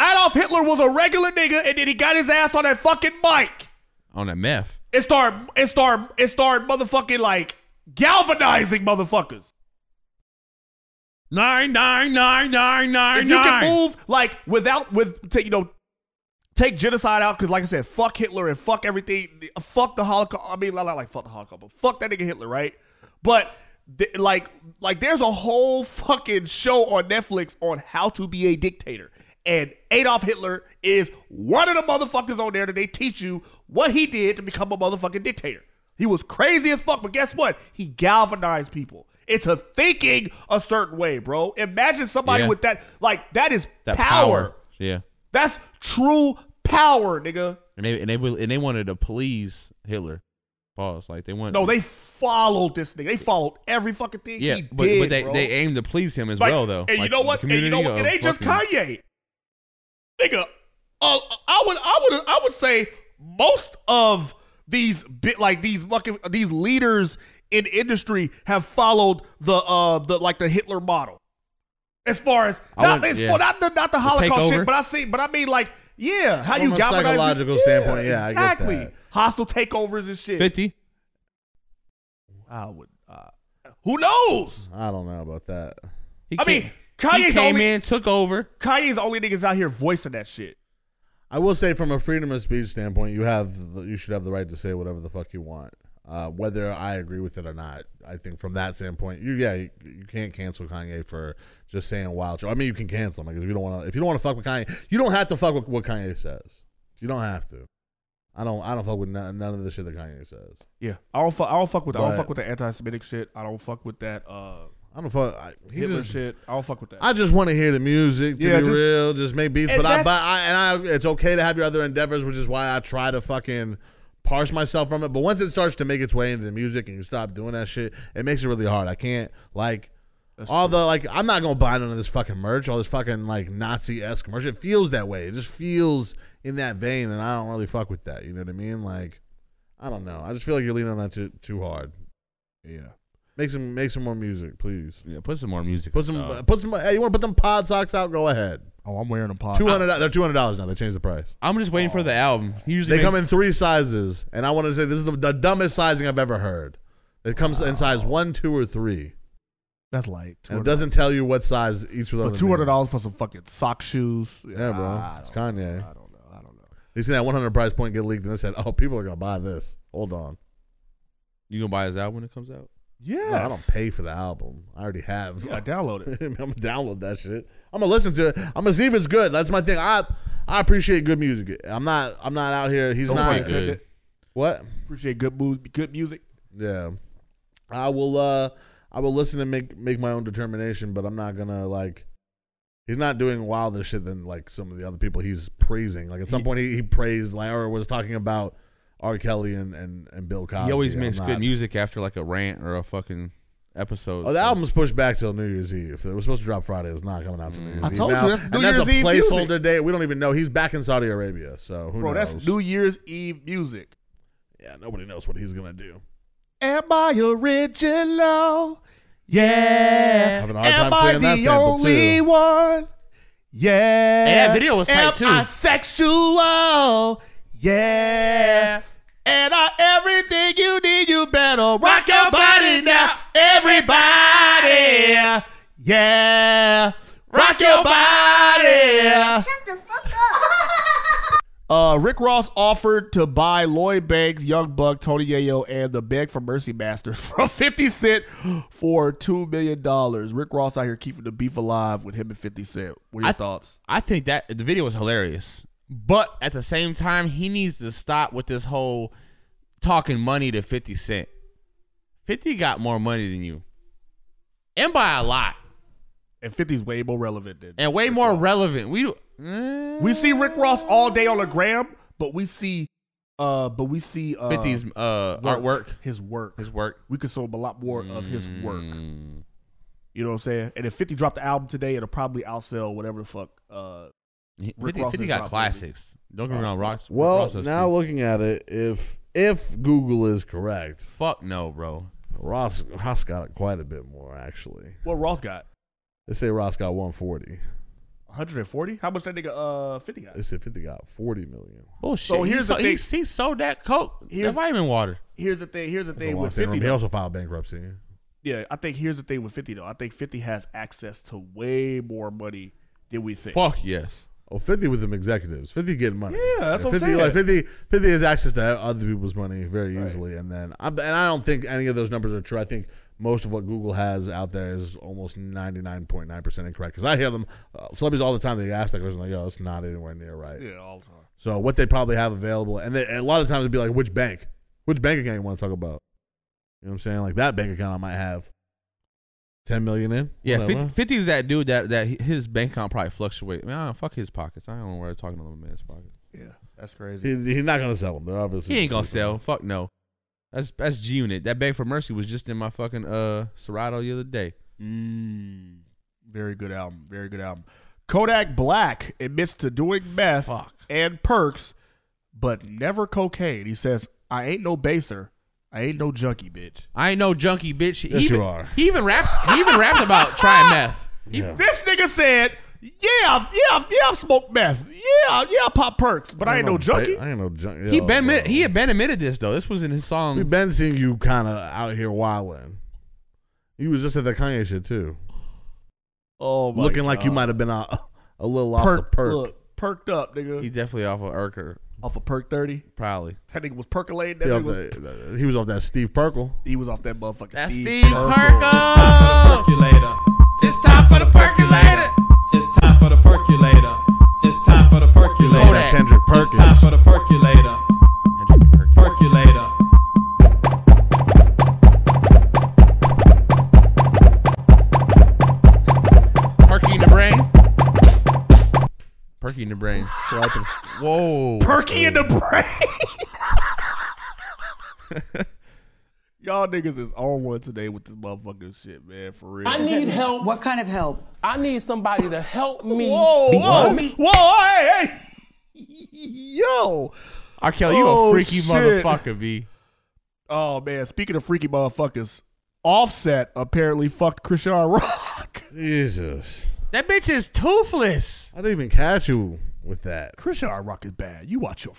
Adolf Hitler was a regular nigga, and then he got his ass on that fucking mic.
on a meth.
It started, it started, it started motherfucking like galvanizing motherfuckers.
Nine nine nine nine nine
if you
nine.
can move like without with ta- you know take genocide out because like i said fuck hitler and fuck everything fuck the holocaust i mean not like fuck the holocaust but fuck that nigga hitler right but th- like like there's a whole fucking show on netflix on how to be a dictator and adolf hitler is one of the motherfuckers on there that they teach you what he did to become a motherfucking dictator he was crazy as fuck but guess what he galvanized people into thinking a certain way bro imagine somebody
Yeah.
with that like that is
That
power.
Yeah.
That's true power, nigga.
And they and they will- and they wanted to please Hitler. Pause. Like they wanted.
No, they followed this nigga. They followed every fucking thing
Yeah,
he
but,
did,
but they
bro.
they aim to please him as
Like,
well, though.
And you
Like,
know
the
what? And you know
community
what? It
of
ain't just
fucking-
Kanye, nigga. Uh, I would, I would, I would say most of these bit like these fucking these leaders in industry have followed the uh the like the Hitler model. As far as
I
not,
would-
as
yeah.
far- not the not the
The
Holocaust
takeover?
shit, but I see, but I mean like yeah, how
From
you
a
galvanize people-
psychological standpoint, yeah, I get
exactly.
that.
Hostile takeovers and shit.
50.
I would. Uh, who knows?
I don't know about that.
I mean,
he
Kanye's
came
only
in, took over.
Kanye's the only niggas out here voicing that shit.
I will say, from a freedom of speech standpoint, you have the, you should have the right to say whatever the fuck you want, uh, whether I agree with it or not. I think from that standpoint, you yeah, you, you can't cancel Kanye for just saying wild. shit. I mean, you can cancel him like, if you don't want to. If you don't want to fuck with Kanye, you don't have to fuck with what Kanye says. You don't have to. I don't. I don't fuck with none, none of the shit that Kanye says.
Yeah, I don't fuck. I don't fuck with. I don't
But-
fuck with the anti-Semitic shit. I don't fuck with that. Uh,
I don't fuck. I, he
Hitler
just-
shit. I don't fuck with that.
I just want to hear the music, to
Yeah,
be
just-
real, just make beats.
And
But I,
that's-
but I, and I, it's okay to have your other endeavors, which is why I try to fucking parse myself from it. But once it starts to make its way into the music and you stop doing that shit, it makes it really hard. I can't like. all the like, I'm not gonna buy none of this fucking merch, all this fucking like Nazi esque merch. It feels that way. It just feels in that vein, and I don't really fuck with that. You know what I mean? Like, I don't know. I just feel like you're leaning on that too too hard. Yeah. Make some make some more music, please.
Yeah, put some uh, more music.
Put some
out.
put some. Hey, you want to put them pod socks out? Go ahead.
Oh, I'm wearing them pod.
Two hundred. They're two hundred dollars now. They changed the price.
I'm just waiting for the album. He usually
They come
makes-
in three sizes, and I want to say this is the, the dumbest sizing I've ever heard. It comes in size one, two, or three,
That's light.
and it doesn't tell you what size each of those.
two hundred dollars for some fucking sock shoes.
Yeah, bro. It's Kanye. I don't know. I don't know. They seen that one hundred price point get leaked, and they said, "Oh, people are gonna buy this." Hold on.
You gonna buy his album when it comes out?
No, I don't
Yes.
pay for the album. I already have.
Yeah,
download
it. I'm gonna download that shit. I'm gonna listen to it. I'm gonna see if it's good. That's my thing. I I appreciate good music. I'm not I'm not out here. He's
Don't
not
play good.
What?
Appreciate good moves, good music.
Yeah. I will uh I will listen and make make my own determination, but I'm not gonna like he's not doing wilder shit than like some of the other people he's praising. Like at some point he, he praised like or was talking about R. Kelly and, and, and Bill Cosby.
He always
I'm
makes
not-
good music after like a rant or a fucking episode.
Oh, the album's pushed back till New Year's Eve. It was supposed to drop Friday. It's not coming out to New Year's
Mm. I
Eve.
told you,
now.
that's New
and that's
Year's Eve
a placeholder
music.
date. We don't even know. He's back in Saudi Arabia, so who
Bro,
knows?
that's New Year's Eve music.
Yeah, nobody knows what he's gonna do.
Am I original? Yeah.
Having a hard
Am
time
I
playing that
the
sample, too.
only one? Yeah.
Hey, that video was tight,
Am
too.
I sexual? Yeah. And I everything you need, you better rock, your body now, everybody. Yeah. Rock your body.
Shut the fuck up.
Uh, Rick Ross offered to buy Lloyd Banks, Young Buck, Tony Yayo, and the Beg for Mercy Masters from 50 Cent for $2 million. Rick Ross out here keeping the beef alive with him and 50 Cent. What are your
I th-
thoughts?
I think that the video was hilarious, but at the same time, he needs to stop with this whole talking money to Fifty Cent. Fifty got more money than you. and by a lot.
And 50's way more relevant than
and way more relevant. We eh,
we see Rick Ross all day on the gram, but we see uh but we see uh
50's uh, artwork.
his work.
His work. Mm.
We consume a lot more of his work. You know what I'm saying? And if 50 dropped the album today, it'll probably outsell whatever the fuck uh Rick
50,
Ross
50
has
got
dropped.
classics. Don't get me wrong, Ross.
Well,
Ross has-
now looking at it, if if Google is correct,
fuck no, bro.
Ross Ross got quite a bit more actually.
What Ross got?
They say Ross got 140.
140? How much that nigga uh 50 got?
They said 50 got 40 million.
Bullshit.
So here's the
so-
thing.
He, he sold that coke, that
Here's-
vitamin water.
Here's the thing. Here's the
That's a
thing
long
with
standing
50.
room. He
though.
also filed bankruptcy.
Yeah, I think here's the thing with 50 though. I think 50 has access to way more money than we think.
Fuck yes.
Oh, 50 with them executives. 50 getting money.
Yeah, that's what I'm
50,
saying.
Like 50, 50 has access to other people's money very easily. And then, I, and I don't think any of those numbers are true. I think most of what Google has out there is almost 99.9% incorrect. Because I hear them, uh, celebrities all the time, they ask that question, like, oh, it's not anywhere near right.
Yeah, all the time.
So what they probably have available, and, they, and a lot of times it'd be like, which bank? Which bank account you want to talk about? You know what I'm saying? Like that bank account I might have 10 million in.
Yeah,
whatever.
50, 50 is that dude that that his bank account probably fluctuate. Man, I don't fuck his pockets. I don't know where they're talking to little man's pockets.
Yeah, that's crazy.
He, he's not gonna sell them. They're obviously
He ain't gonna sell. Fuck no. That's that's G Unit. That Beg for Mercy was just in my fucking uh Serato the other day.
Mm, very good album. Very good album. Kodak Black admits to doing meth and perks, but never cocaine. He says, I ain't no baser. I ain't no junkie, bitch.
I ain't no junkie bitch. He
Yes, you
even,
are.
He even rapped. He even rapped about trying meth.
This nigga said, Yeah, I've- yeah, I've- yeah, I've smoked meth. Yeah, yeah, I pop perks, but I ain't no junkie.
I ain't no junkie.
He been admit- he had been admitted this though. This was in his song.
We've been seeing you kind of out here wilding. You was just at that Kanye shit too,
Oh, my
looking like you
God.
might have been a, a little off the
Perk-
perk.
look, perked up, nigga.
He definitely off of Urker.
Off of Perk Thirty,
probably.
That nigga was percolating. That
He, off
nigga was,
that- he was off that Steve Perkel.
he was off that motherfucking
That's
Steve,
Steve Perkle.
Percolator.
It's time for the percolator.
It's time for the percolator. It's time for the percolator.
Kodak. Kendrick Perkins.
It's time for the percolator. Percolator.
Perky in the brain. Perky in the brain. Whoa.
Perky in the brain. Y'all niggas is on one today with this motherfucking shit, man. For real.
I need help. What kind of help? I need somebody to help me.
Whoa,
Be-
whoa,
me-
whoa, hey, hey. Yo.
R. Kelly, you
Oh,
a freaky
shit.
motherfucker, B.
Oh man, speaking of freaky motherfuckers, Offset apparently fucked Christian Rock.
Jesus.
That bitch is toothless.
I didn't even catch you with that.
Christian Rock is bad. You watch your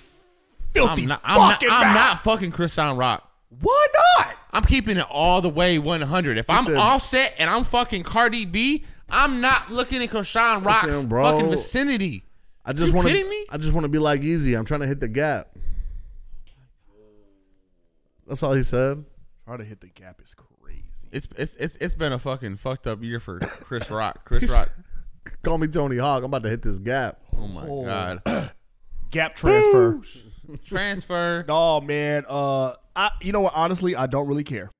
filthy
I'm not, I'm
fucking
not, I'm
mouth.
not fucking Christian Rock.
Why not?
I'm keeping it all the way 100. If I'm
Listen.
offset and I'm fucking Cardi B, I'm not looking at Krishan Rock's
Listen, bro.
fucking vicinity.
I just
You
want
kidding
to. I just want to be like Easy. I'm trying to hit the gap. That's all he said.
Trying to hit the gap is
It's it's it's it's been a fucking fucked up year for Chris Rock. Chris Rock.
Call me Tony Hawk. I'm about to hit this gap.
Oh my god.
gap transfer.
Transfer.
No man. Uh, I you know what? Honestly, I don't really care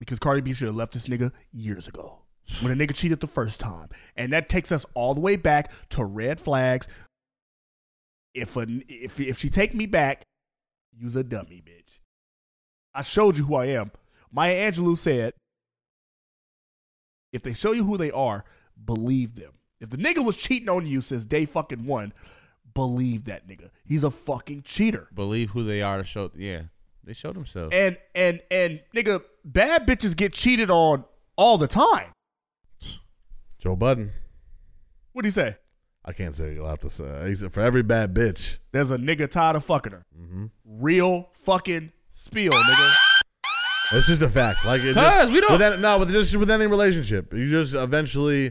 because Cardi B should have left this nigga years ago when a nigga cheated the first time, and that takes us all the way back to red flags. If a if if she take me back, use a dummy, bitch. I showed you who I am. Maya Angelou said, "If they show you who they are, believe them. If the nigga was cheating on you since day fucking one." Believe that nigga. He's a fucking cheater.
Believe who they are to show yeah. They show themselves.
And and and nigga, bad bitches get cheated on all the time.
Joe Budden.
What'd he say?
I can't say. You'll have to say. He said for every bad bitch.
There's a nigga tired of fucking her.
Mhm.
Real fucking spiel, nigga.
It's just a fact. Like
Cuz
it's just,
we don't-
with that, no, with just with any relationship, you just eventually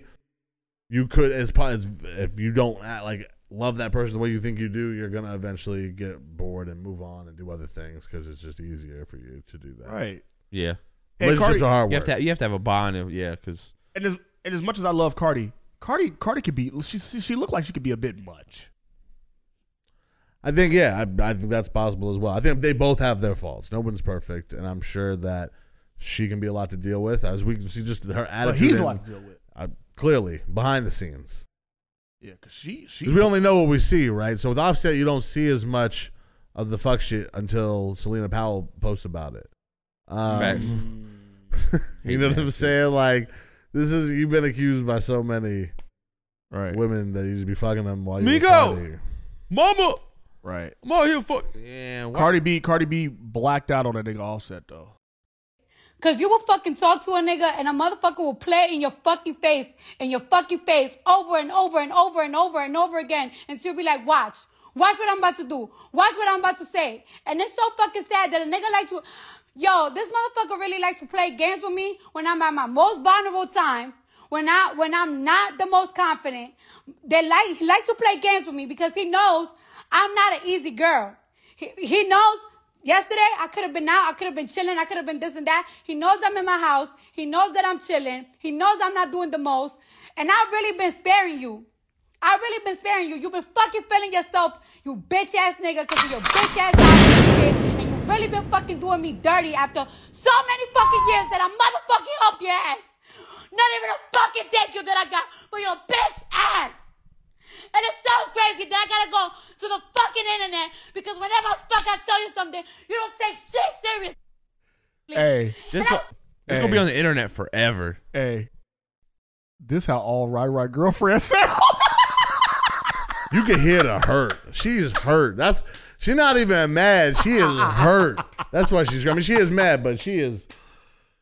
you could as po- as if you don't act, like love that person the way you think you do, you're gonna eventually get bored and move on and do other things because it's just easier for you to do that.
Right.
Yeah.
And Relationships Cardi- are hard
You have,
work.
to have, you have to have a bond, and- yeah, because
And as and as much as I love Cardi, Cardi Cardi could be she she she looked like she could be a bit much.
I think yeah, I, I think that's possible as well. I think they both have their faults. No one's perfect, and I'm sure that She can be a lot to deal with, as we can see just her attitude.
he's a
and-
lot to deal with.
Uh, clearly, behind the scenes.
Yeah, cause she she.
'Cause we only know what we see, right? So with Offset, you don't see as much of the fuck shit until Selena Powell posts about it.
Facts.
Um, you know what I'm saying? Like, this is you've been accused by so many women that you just be fucking them while you're
Migo, mama,
right?
I'm out here fuck. Yeah, why-
Cardi B, Cardi B blacked out on that nigga Offset though.
Cause you will fucking talk to a nigga and a motherfucker will play it in your fucking face, in your fucking face, over and over and over and over and over again until you be like, watch, watch what I'm about to do, watch what I'm about to say. And it's so fucking sad that a nigga like to, yo, this motherfucker really like to play games with me when I'm at my most vulnerable time. When I when I'm not the most confident, they like he like to play games with me because he knows I'm not an easy girl. He, he knows yesterday I could have been out, I could have been chilling, I could have been this and that. He knows I'm in my house. He knows that I'm chilling. He knows I'm not doing the most. And I've really been sparing you. I've really been sparing you. You've been fucking feeling yourself, you bitch ass nigga, because of your bitch ass ass shit. And you've really been fucking doing me dirty after so many fucking years that I motherfucking helped your ass. Not even a fucking thank you that I got for your bitch ass. And it's so crazy that I gotta go to the fucking internet because whenever the fuck I tell you something, you don't take shit serious.
Hey,
this go- it's gonna be on the internet forever.
Hey, this how all right, right girlfriends sound.
You can hear the hurt. She's hurt. That's she's not even mad. She is hurt. That's why she's screaming. She is mad, but she is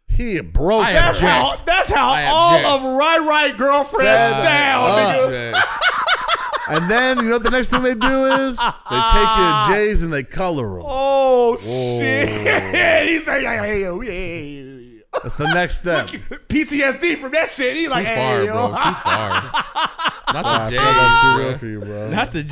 he broke.
I That's how-
her.
that's how I all object. of right right girlfriends
Fed
oh,
sound,
up.
nigga.
and then you know what the next thing they do is they take your J's and they color them.
Oh
shit!
He's like, yeah, yeah, yeah, yeah, yeah.
That's the next step.
PTSD from that shit. He's like,
Too
hey,
far,
yo.
bro. Too
Not the
I feel that's too
J's,
real for you, bro.
Not the
Hey,
J's,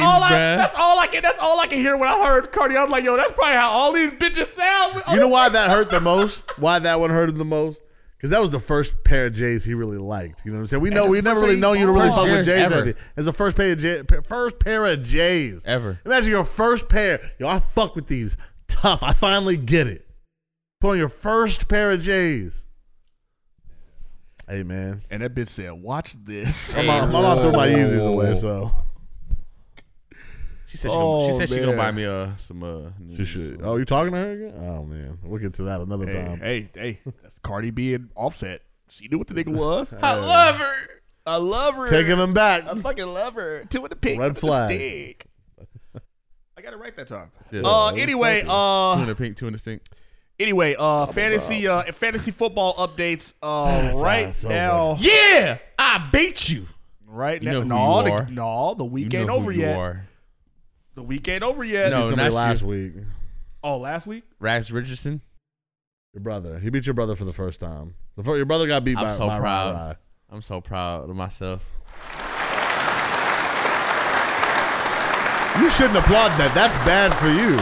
that's all I.
bruh.
That's all I can. That's all I can hear when I heard Cardi. I was like, yo, that's probably how all these bitches sound.
You know why that hurt the most? Why that one hurt him the most? Because that was the first pair of J's he really liked. You know what I'm saying? We know
the
we never
first
really
thing
known you to
he
really
bought.
fuck with
First
J's
J's
heavy.
ever.
It's the first pair of J, first pair of J's
Ever.
Imagine your first pair. Yo, I fuck with these tough. I finally get it. Put on your first pair of J's. Hey man,
and that bitch said, "Watch this."
My mom, my mom threw my Yeezys away, so
She said she, gonna,
Oh,
she said she gonna buy me uh some uh.
She should. Oh, you talking to her again? Oh man, we'll get to that another time.
Hey, hey, that's Cardi B and Offset. She knew what the nigga was.
I love
her. I love her.
Taking him back.
I fucking love her. Two in the pink.
Red
with the
flag.
stick. I got it right that time.
Yeah.
Uh, anyway,
two in
uh,
the pink, two in the stink.
anyway, uh, fantasy, uh, fantasy football updates. Uh,
That's
right
us, over.
now.
Yeah, I beat you.
Right
You
now,
know who
no,
you
the,
are.
no, the
You
week
know
ain't
who
over
you
yet.
are.
The week ain't over yet.
No,
Beat somebody
not
last
you.
week.
Oh, last week.
Rags Richardson.
Your brother. He beat your brother for the first time. The fir- your brother got beat
I'm
by,
so
by Rai
proud.
Rai.
I'm so proud of myself.
You shouldn't applaud that. That's bad for you.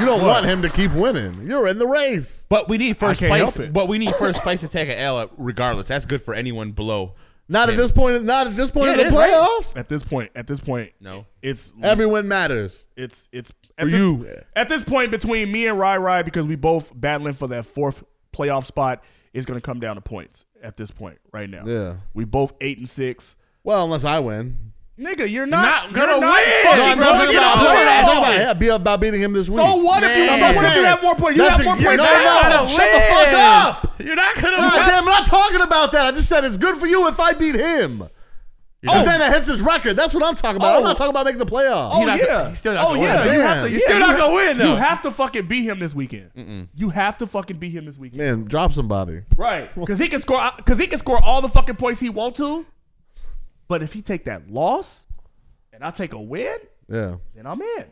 You don't
What?
want him to keep winning. You're in the race.
But we need first
can't
place.
help it.
But we need first place to take an L at- regardless. That's good for anyone below.
Not at this point. Not at this point
Yeah,
in the
it is, right?
playoffs.
At this point, at this point,
no. Uh,
It's
Every win matters.
It's it's
For
this-
you.
at this point between me and Rai Rai because we both battling for that fourth playoff spot is going to come down to points at this point right now.
Yeah.
we both eight and six.
Well, unless I win.
Nigga, you're not,
You're not
you're
gonna
not
win.
fucking
No,
going
I'm not talking
to the
about, I'm talking about- I'm
playoffs.
talking about, be- about beating him this week.
So Oh, what if you- so
I'm
what if
saying,
you have one point? You
that's
have one
a-
point,
No,
that's
no,
not
no.
a
Shut the fuck
win.
up.
You're not gonna
God
win.
damn, I'm not talking about that. I just said it's good for you if I beat him. Because
not.
then it hits his record. That's what I'm talking about. I'm
Oh.
not talking about making the playoffs.
Oh yeah, oh yeah, you have to,
You're
yeah,
still
you
not
have-
gonna win though.
You have to fucking beat him this weekend. You have to fucking beat him this weekend.
Man, drop somebody.
Right. Because he can score. Because he can score all the fucking points he want to. But if he take that loss, and I take a win,
Yeah.
then I'm in.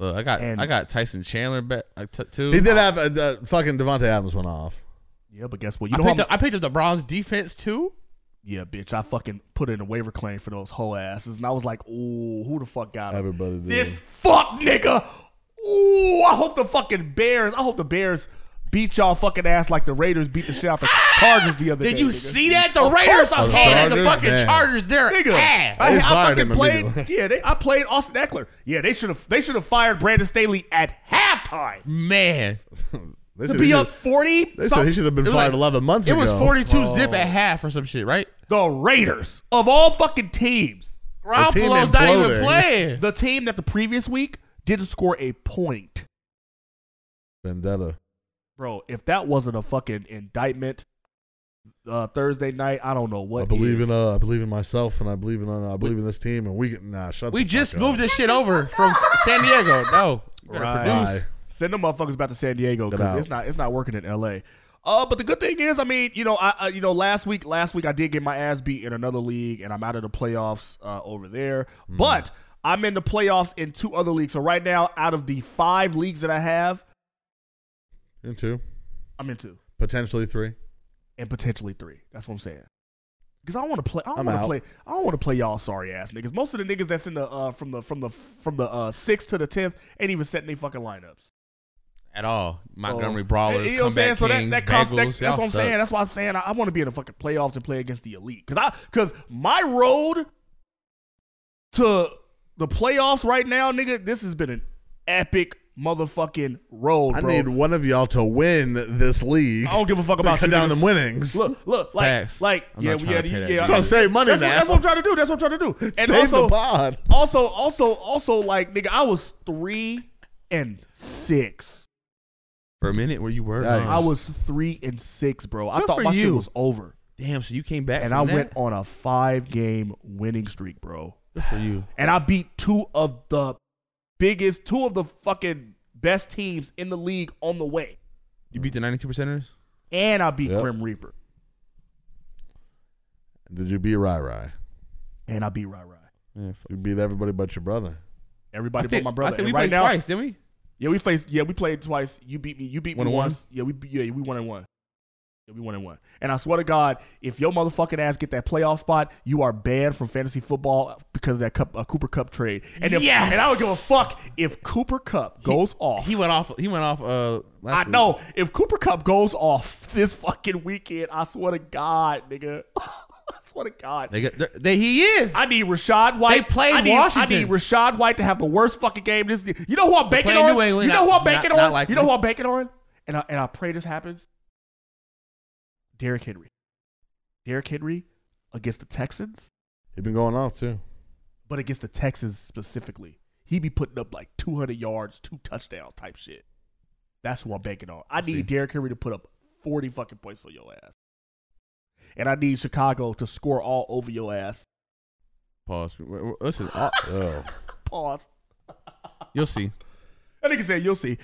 Look, I got I got Tyson Chandler back I t- too.
He did have uh, the fucking Devonte Adams went off.
Yeah, but guess
I
what? You know
picked,
how-
up, I picked up the Browns defense too.
Yeah, bitch. I fucking put in a waiver claim for those whole asses, and I was like, ooh, who the fuck got him?
Everybody did.
This fuck nigga. Ooh, I hope the fucking Bears. I hope the Bears beat y'all fucking ass like the Raiders beat the shit out the Chargers the other day.
Did you
nigga.
see that? The
Of
Raiders
course I
handed
saw
the
it.
fucking Chargers their
Nigga,
ass.
I,
They
I
fired
fucking
him
played.
immediately.
Yeah, they, I played Austin Eckler. Yeah, they should have. They should have fired Brandon Staley at halftime.
Man,
They
to
said
be
he
up
should-
40?
They said he should have been
It was like-
fired 11 months
It
ago.
was 42 zip
Whoa.
at half or some shit, right?
The Raiders of all fucking teams.
Garoppolo's team not imploding. even playing.
The team that the previous week didn't score a point.
Vendetta.
Bro, if that wasn't a fucking indictment uh, Thursday night, I don't know what.
I believe
is.
in uh, I believe in myself, and I believe in uh, I believe in this team, and we can nah shut.
We
the
just
fuck
moved this shit over from San Diego. No. You better
Right. Send them motherfuckers back to San Diego
Get out.
because it's not it's not working in L.A. Uh, but the good thing is, I mean, you know, I uh, you know last week last week I did get my ass beat in another league, and I'm out of the playoffs uh, over there.
Hmm.
But I'm in the playoffs in two other leagues. So right now, out of the five leagues that I have,
up. into
I'm in two
potentially three.
and potentially three. That's what I'm saying. Because I don't want to play. I
I'm
don't want
out.
to play. I don't want to play y'all sorry ass niggas. Most of the niggas that's in the uh, from the from the from the uh, sixth to the tenth ain't even setting their fucking lineups.
At all. Montgomery
Oh.
So-
Brawlers,
You know what I'm saying?
Comeback
So that,
Kings,
that, counts, that-
Bengals.
that's
Y'all
what I'm
suck.
saying. That's why I'm saying I, I want to be in the fucking playoffs and play against the elite. Cause I cause my road to the playoffs right now, nigga, this has been an epic motherfucking road,
I
bro.
need one of y'all to win this league.
I don't give a fuck
to
about
cut
you,
down
niggas.
them winnings.
Look, look, like,
Facts.
like,
I'm
yeah,
not trying
yeah,
to pay
yeah,
that
yeah.
I'm trying to save money
that's
now.
What, that's what I'm trying to do. That's what I'm trying to do. And
Save the
also,
pod.
Also, also, also, like, nigga, I was three and six.
For a minute where you were.
I was three and six, bro. I
Good
thought
for
my shit
you.
was over.
Damn, so you came back
and
from
I
that?
went on a five game winning streak, bro.
Good for you.
And I beat two of the biggest, two of the fucking best teams in the league on the way.
You beat the 92 percenters?
And I beat
Yep.
Grim Reaper.
Did you beat Rai Rai?
And I beat Rai Rai.
You beat everybody but your brother.
Everybody
I think-
but my brother.
I think
And
we
right
played
now-
twice, didn't we?
Yeah, we faced. Yeah, we played twice. You beat me. You beat
One
me
and one?
once. Yeah, we yeah we one and one. Yeah, we one and one. And I swear to God, if your motherfucking ass get that playoff spot, you are banned from fantasy football because of that cup, uh, Cooper Cup trade. And if,
Yes!
and I don't give a fuck if Cooper Cup goes off.
He went off he went off uh last
I know if Cooper Cup goes off this fucking weekend, I swear to God, nigga. I swear to God.
They got, they- they, he is.
I need Rashad White.
They played
I need,
Washington.
I need Rashad White to have the worst fucking game. This you know who I'm banking
played
on.
New England.
you know who I'm
Not-
banking
not
on.
likely.
you know who I'm banking on. And I, and I pray this happens. Derrick Henry. Derrick Henry against the Texans,
He been going off too.
but against the Texans specifically, he be putting up like 200 yards, two touchdown type shit. That's who I'm banking on. I need Derrick Henry to put up 40 fucking points on your ass, and I need Chicago to score all over your ass.
Pause. W- w- Listen, I-
Oh.
Pause.
you'll see.
That nigga said you'll see.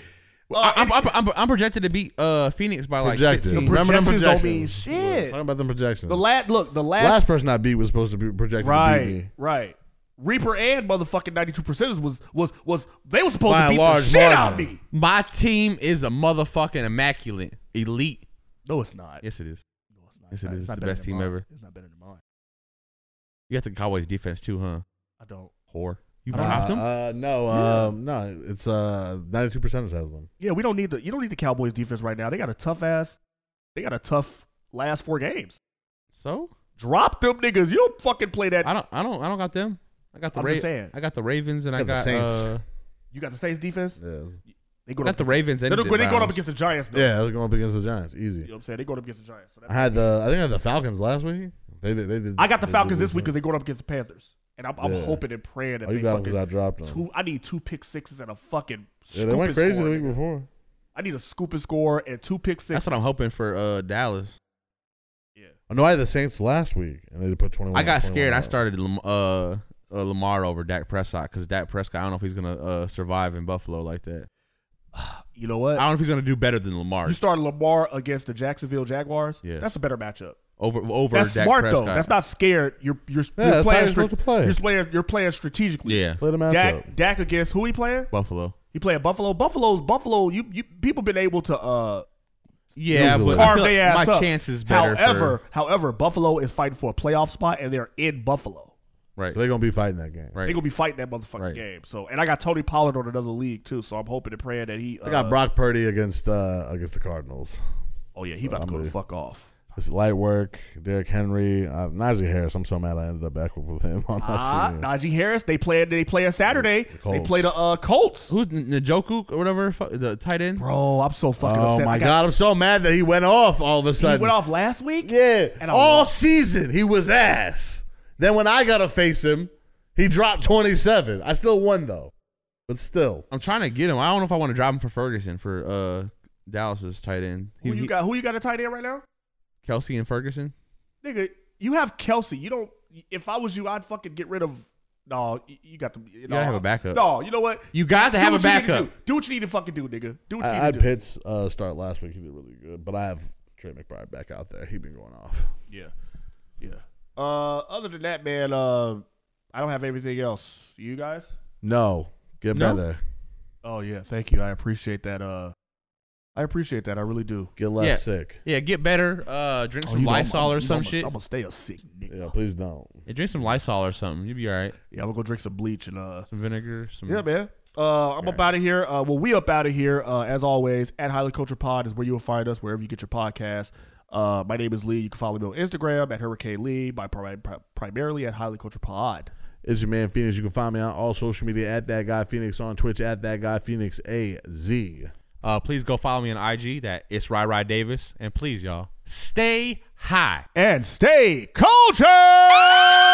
Oh,
I, I'm, I'm, I'm, I'm projected to beat uh Phoenix by like
Projected.
15.
Remember them
Projections don't
projections.
mean shit.
We're talking about them projections.
The last look, the last,
last, person I beat was supposed to be projected
right,
to beat me.
right. Reaper and motherfucking ninety two percenters was was was they were supposed
By
to
a
beat the
large
shit out of
margin.
me.
My team is a motherfucking immaculate elite.
No, it's not.
Yes, it is. Yes, it
Nah,
is. It's
not
the
better
best
than
team
mine.
ever.
It's not better than mine.
You got the Cowboys defense too, huh?
I don't.
Whore. You
Uh,
dropped them.
Uh, no, um, no. It's uh, ninety-two percent has them.
Yeah, we don't need the you don't need the Cowboys defense right now. They got a tough ass. They got a tough last four games.
So
Drop them niggas. You don't fucking play that.
I don't. I don't. I don't got them. I got the.
I'm
Ra-
just saying.
I got the Ravens and I
Got the
got
Saints.
uh,
You got the Saints defense. They going
Got
up
the
against-
Ravens
They
and
are
the
going up
Browns.
against the Giants. Though.
Yeah, they're going up against the Giants.
You know
Easy.
what I'm saying? They're going up against the Giants. So that's
I had the. I think I had the Falcons last week. They, they, they did.
I got the
they did
Falcons this
lose
week because
them.
they're going up against the Panthers, and I'm, I'm
Yeah.
hoping and praying that
Oh,
they
you got 'em
fucking
'cause I dropped 'em.
two. I need two pick sixes and a fucking.
Yeah,
Scoop
they went
and
crazy
score,
the week
nigga.
before.
I need a scoop and score and two pick sixes.
That's what I'm hoping for uh Dallas.
I know Oh, I had the Saints last week, and they put twenty-one.
I got
21
scared. I
up.
started Lam- uh, uh Lamar over Dak Prescott because Dak Prescott. I don't know if he's gonna uh, survive in Buffalo like that.
You know what?
I don't know if he's gonna do better than Lamar
You started Lamar against the Jacksonville Jaguars.
Yeah.
that's a better matchup.
over over.
that's
Dak
smart
Prescott.
though. That's not scared. You're you're,
Yeah,
you're
that's how
playing.
you're supposed to play.
You're playing. You're playing strategically.
Yeah. Play
the
Dak, Dak against who he playing?
Buffalo.
He playing Buffalo. Buffalo's Buffalo. You you people been able to uh
Yeah, but I
carve
feel like
their ass
my
up.
chance is better.
However,
for,
however, Buffalo is fighting for a playoff spot and they're in Buffalo.
right?
So they're gonna be fighting that game.
They're gonna be fighting that motherfucking
Right.
game. So and I got Tony Pollard on another league too, so I'm hoping and praying that he
I got
uh,
Brock Purdy against uh against the Cardinals.
Oh yeah, he about to go the fuck off.
It's light work. Derrick Henry, uh, Najee Harris. I'm so mad I ended up back with him on my
Ah,
team.
Najee Harris. They play. They play a Saturday. they
Colts.
play the uh, Colts.
Who's Njoku or whatever? fu- The tight end.
Bro, I'm so fucking
Oh
upset.
my
I got-
god, I'm so mad that he went off all of a
He
sudden.
went off last week.
Yeah,
And I
all
lost.
season he was ass. Then when I gotta face him, he dropped 27. I still won though, but still.
I'm trying to get him. I don't know if I want to drop him for Ferguson for uh Dallas's tight end. He-
Who you
he-
got? Who you got a tight end right now?
Kelsey and Ferguson.
Nigga, you have Kelsey. You don't. If I was you, I'd fucking get rid of. No, you- you got to. You,
gotta have a backup.
No, you know what?
You got to
Do
have a
what you need to
backup.
do. Do what you need to fucking do, nigga. Do what you
I
need
had
to do.
Pitts uh, start last week. He did really good, but I have Trey McBride back out there. He been going off.
Yeah, yeah. Uh, other than that, man, uh, I don't have everything else. You guys?
No, get
No?
better.
Oh yeah, thank you. I appreciate that. Uh, I appreciate that. I really do.
Get less
yeah.
sick.
Yeah, get better. Uh, drink
Oh,
some
you know I'm-
Lysol
you know
or some
I'm a-
shit.
I'm gonna stay a sick nigga.
Yeah, please don't.
Yeah, drink some Lysol or something. You'll be all right.
Yeah, I'm gonna go drink some bleach and uh
some vinegar. Some
Yeah, man. Uh, I'm up out of here. Uh, well, we up out of here. Uh, as always, at Highly Culture Pod is where you will find us, wherever you get your podcast. Uh, my name is Lee. You can follow me on Instagram at Hurricane Lee, by pri- pri- primarily at Highly Culture Pod.
It's your man Phoenix. You can find me on all social media at that guy Phoenix on Twitch at that guy Phoenix A Z.
Uh, please go follow me on IG. That it's Ry Ry Davis. And please, y'all, stay high
and stay culture.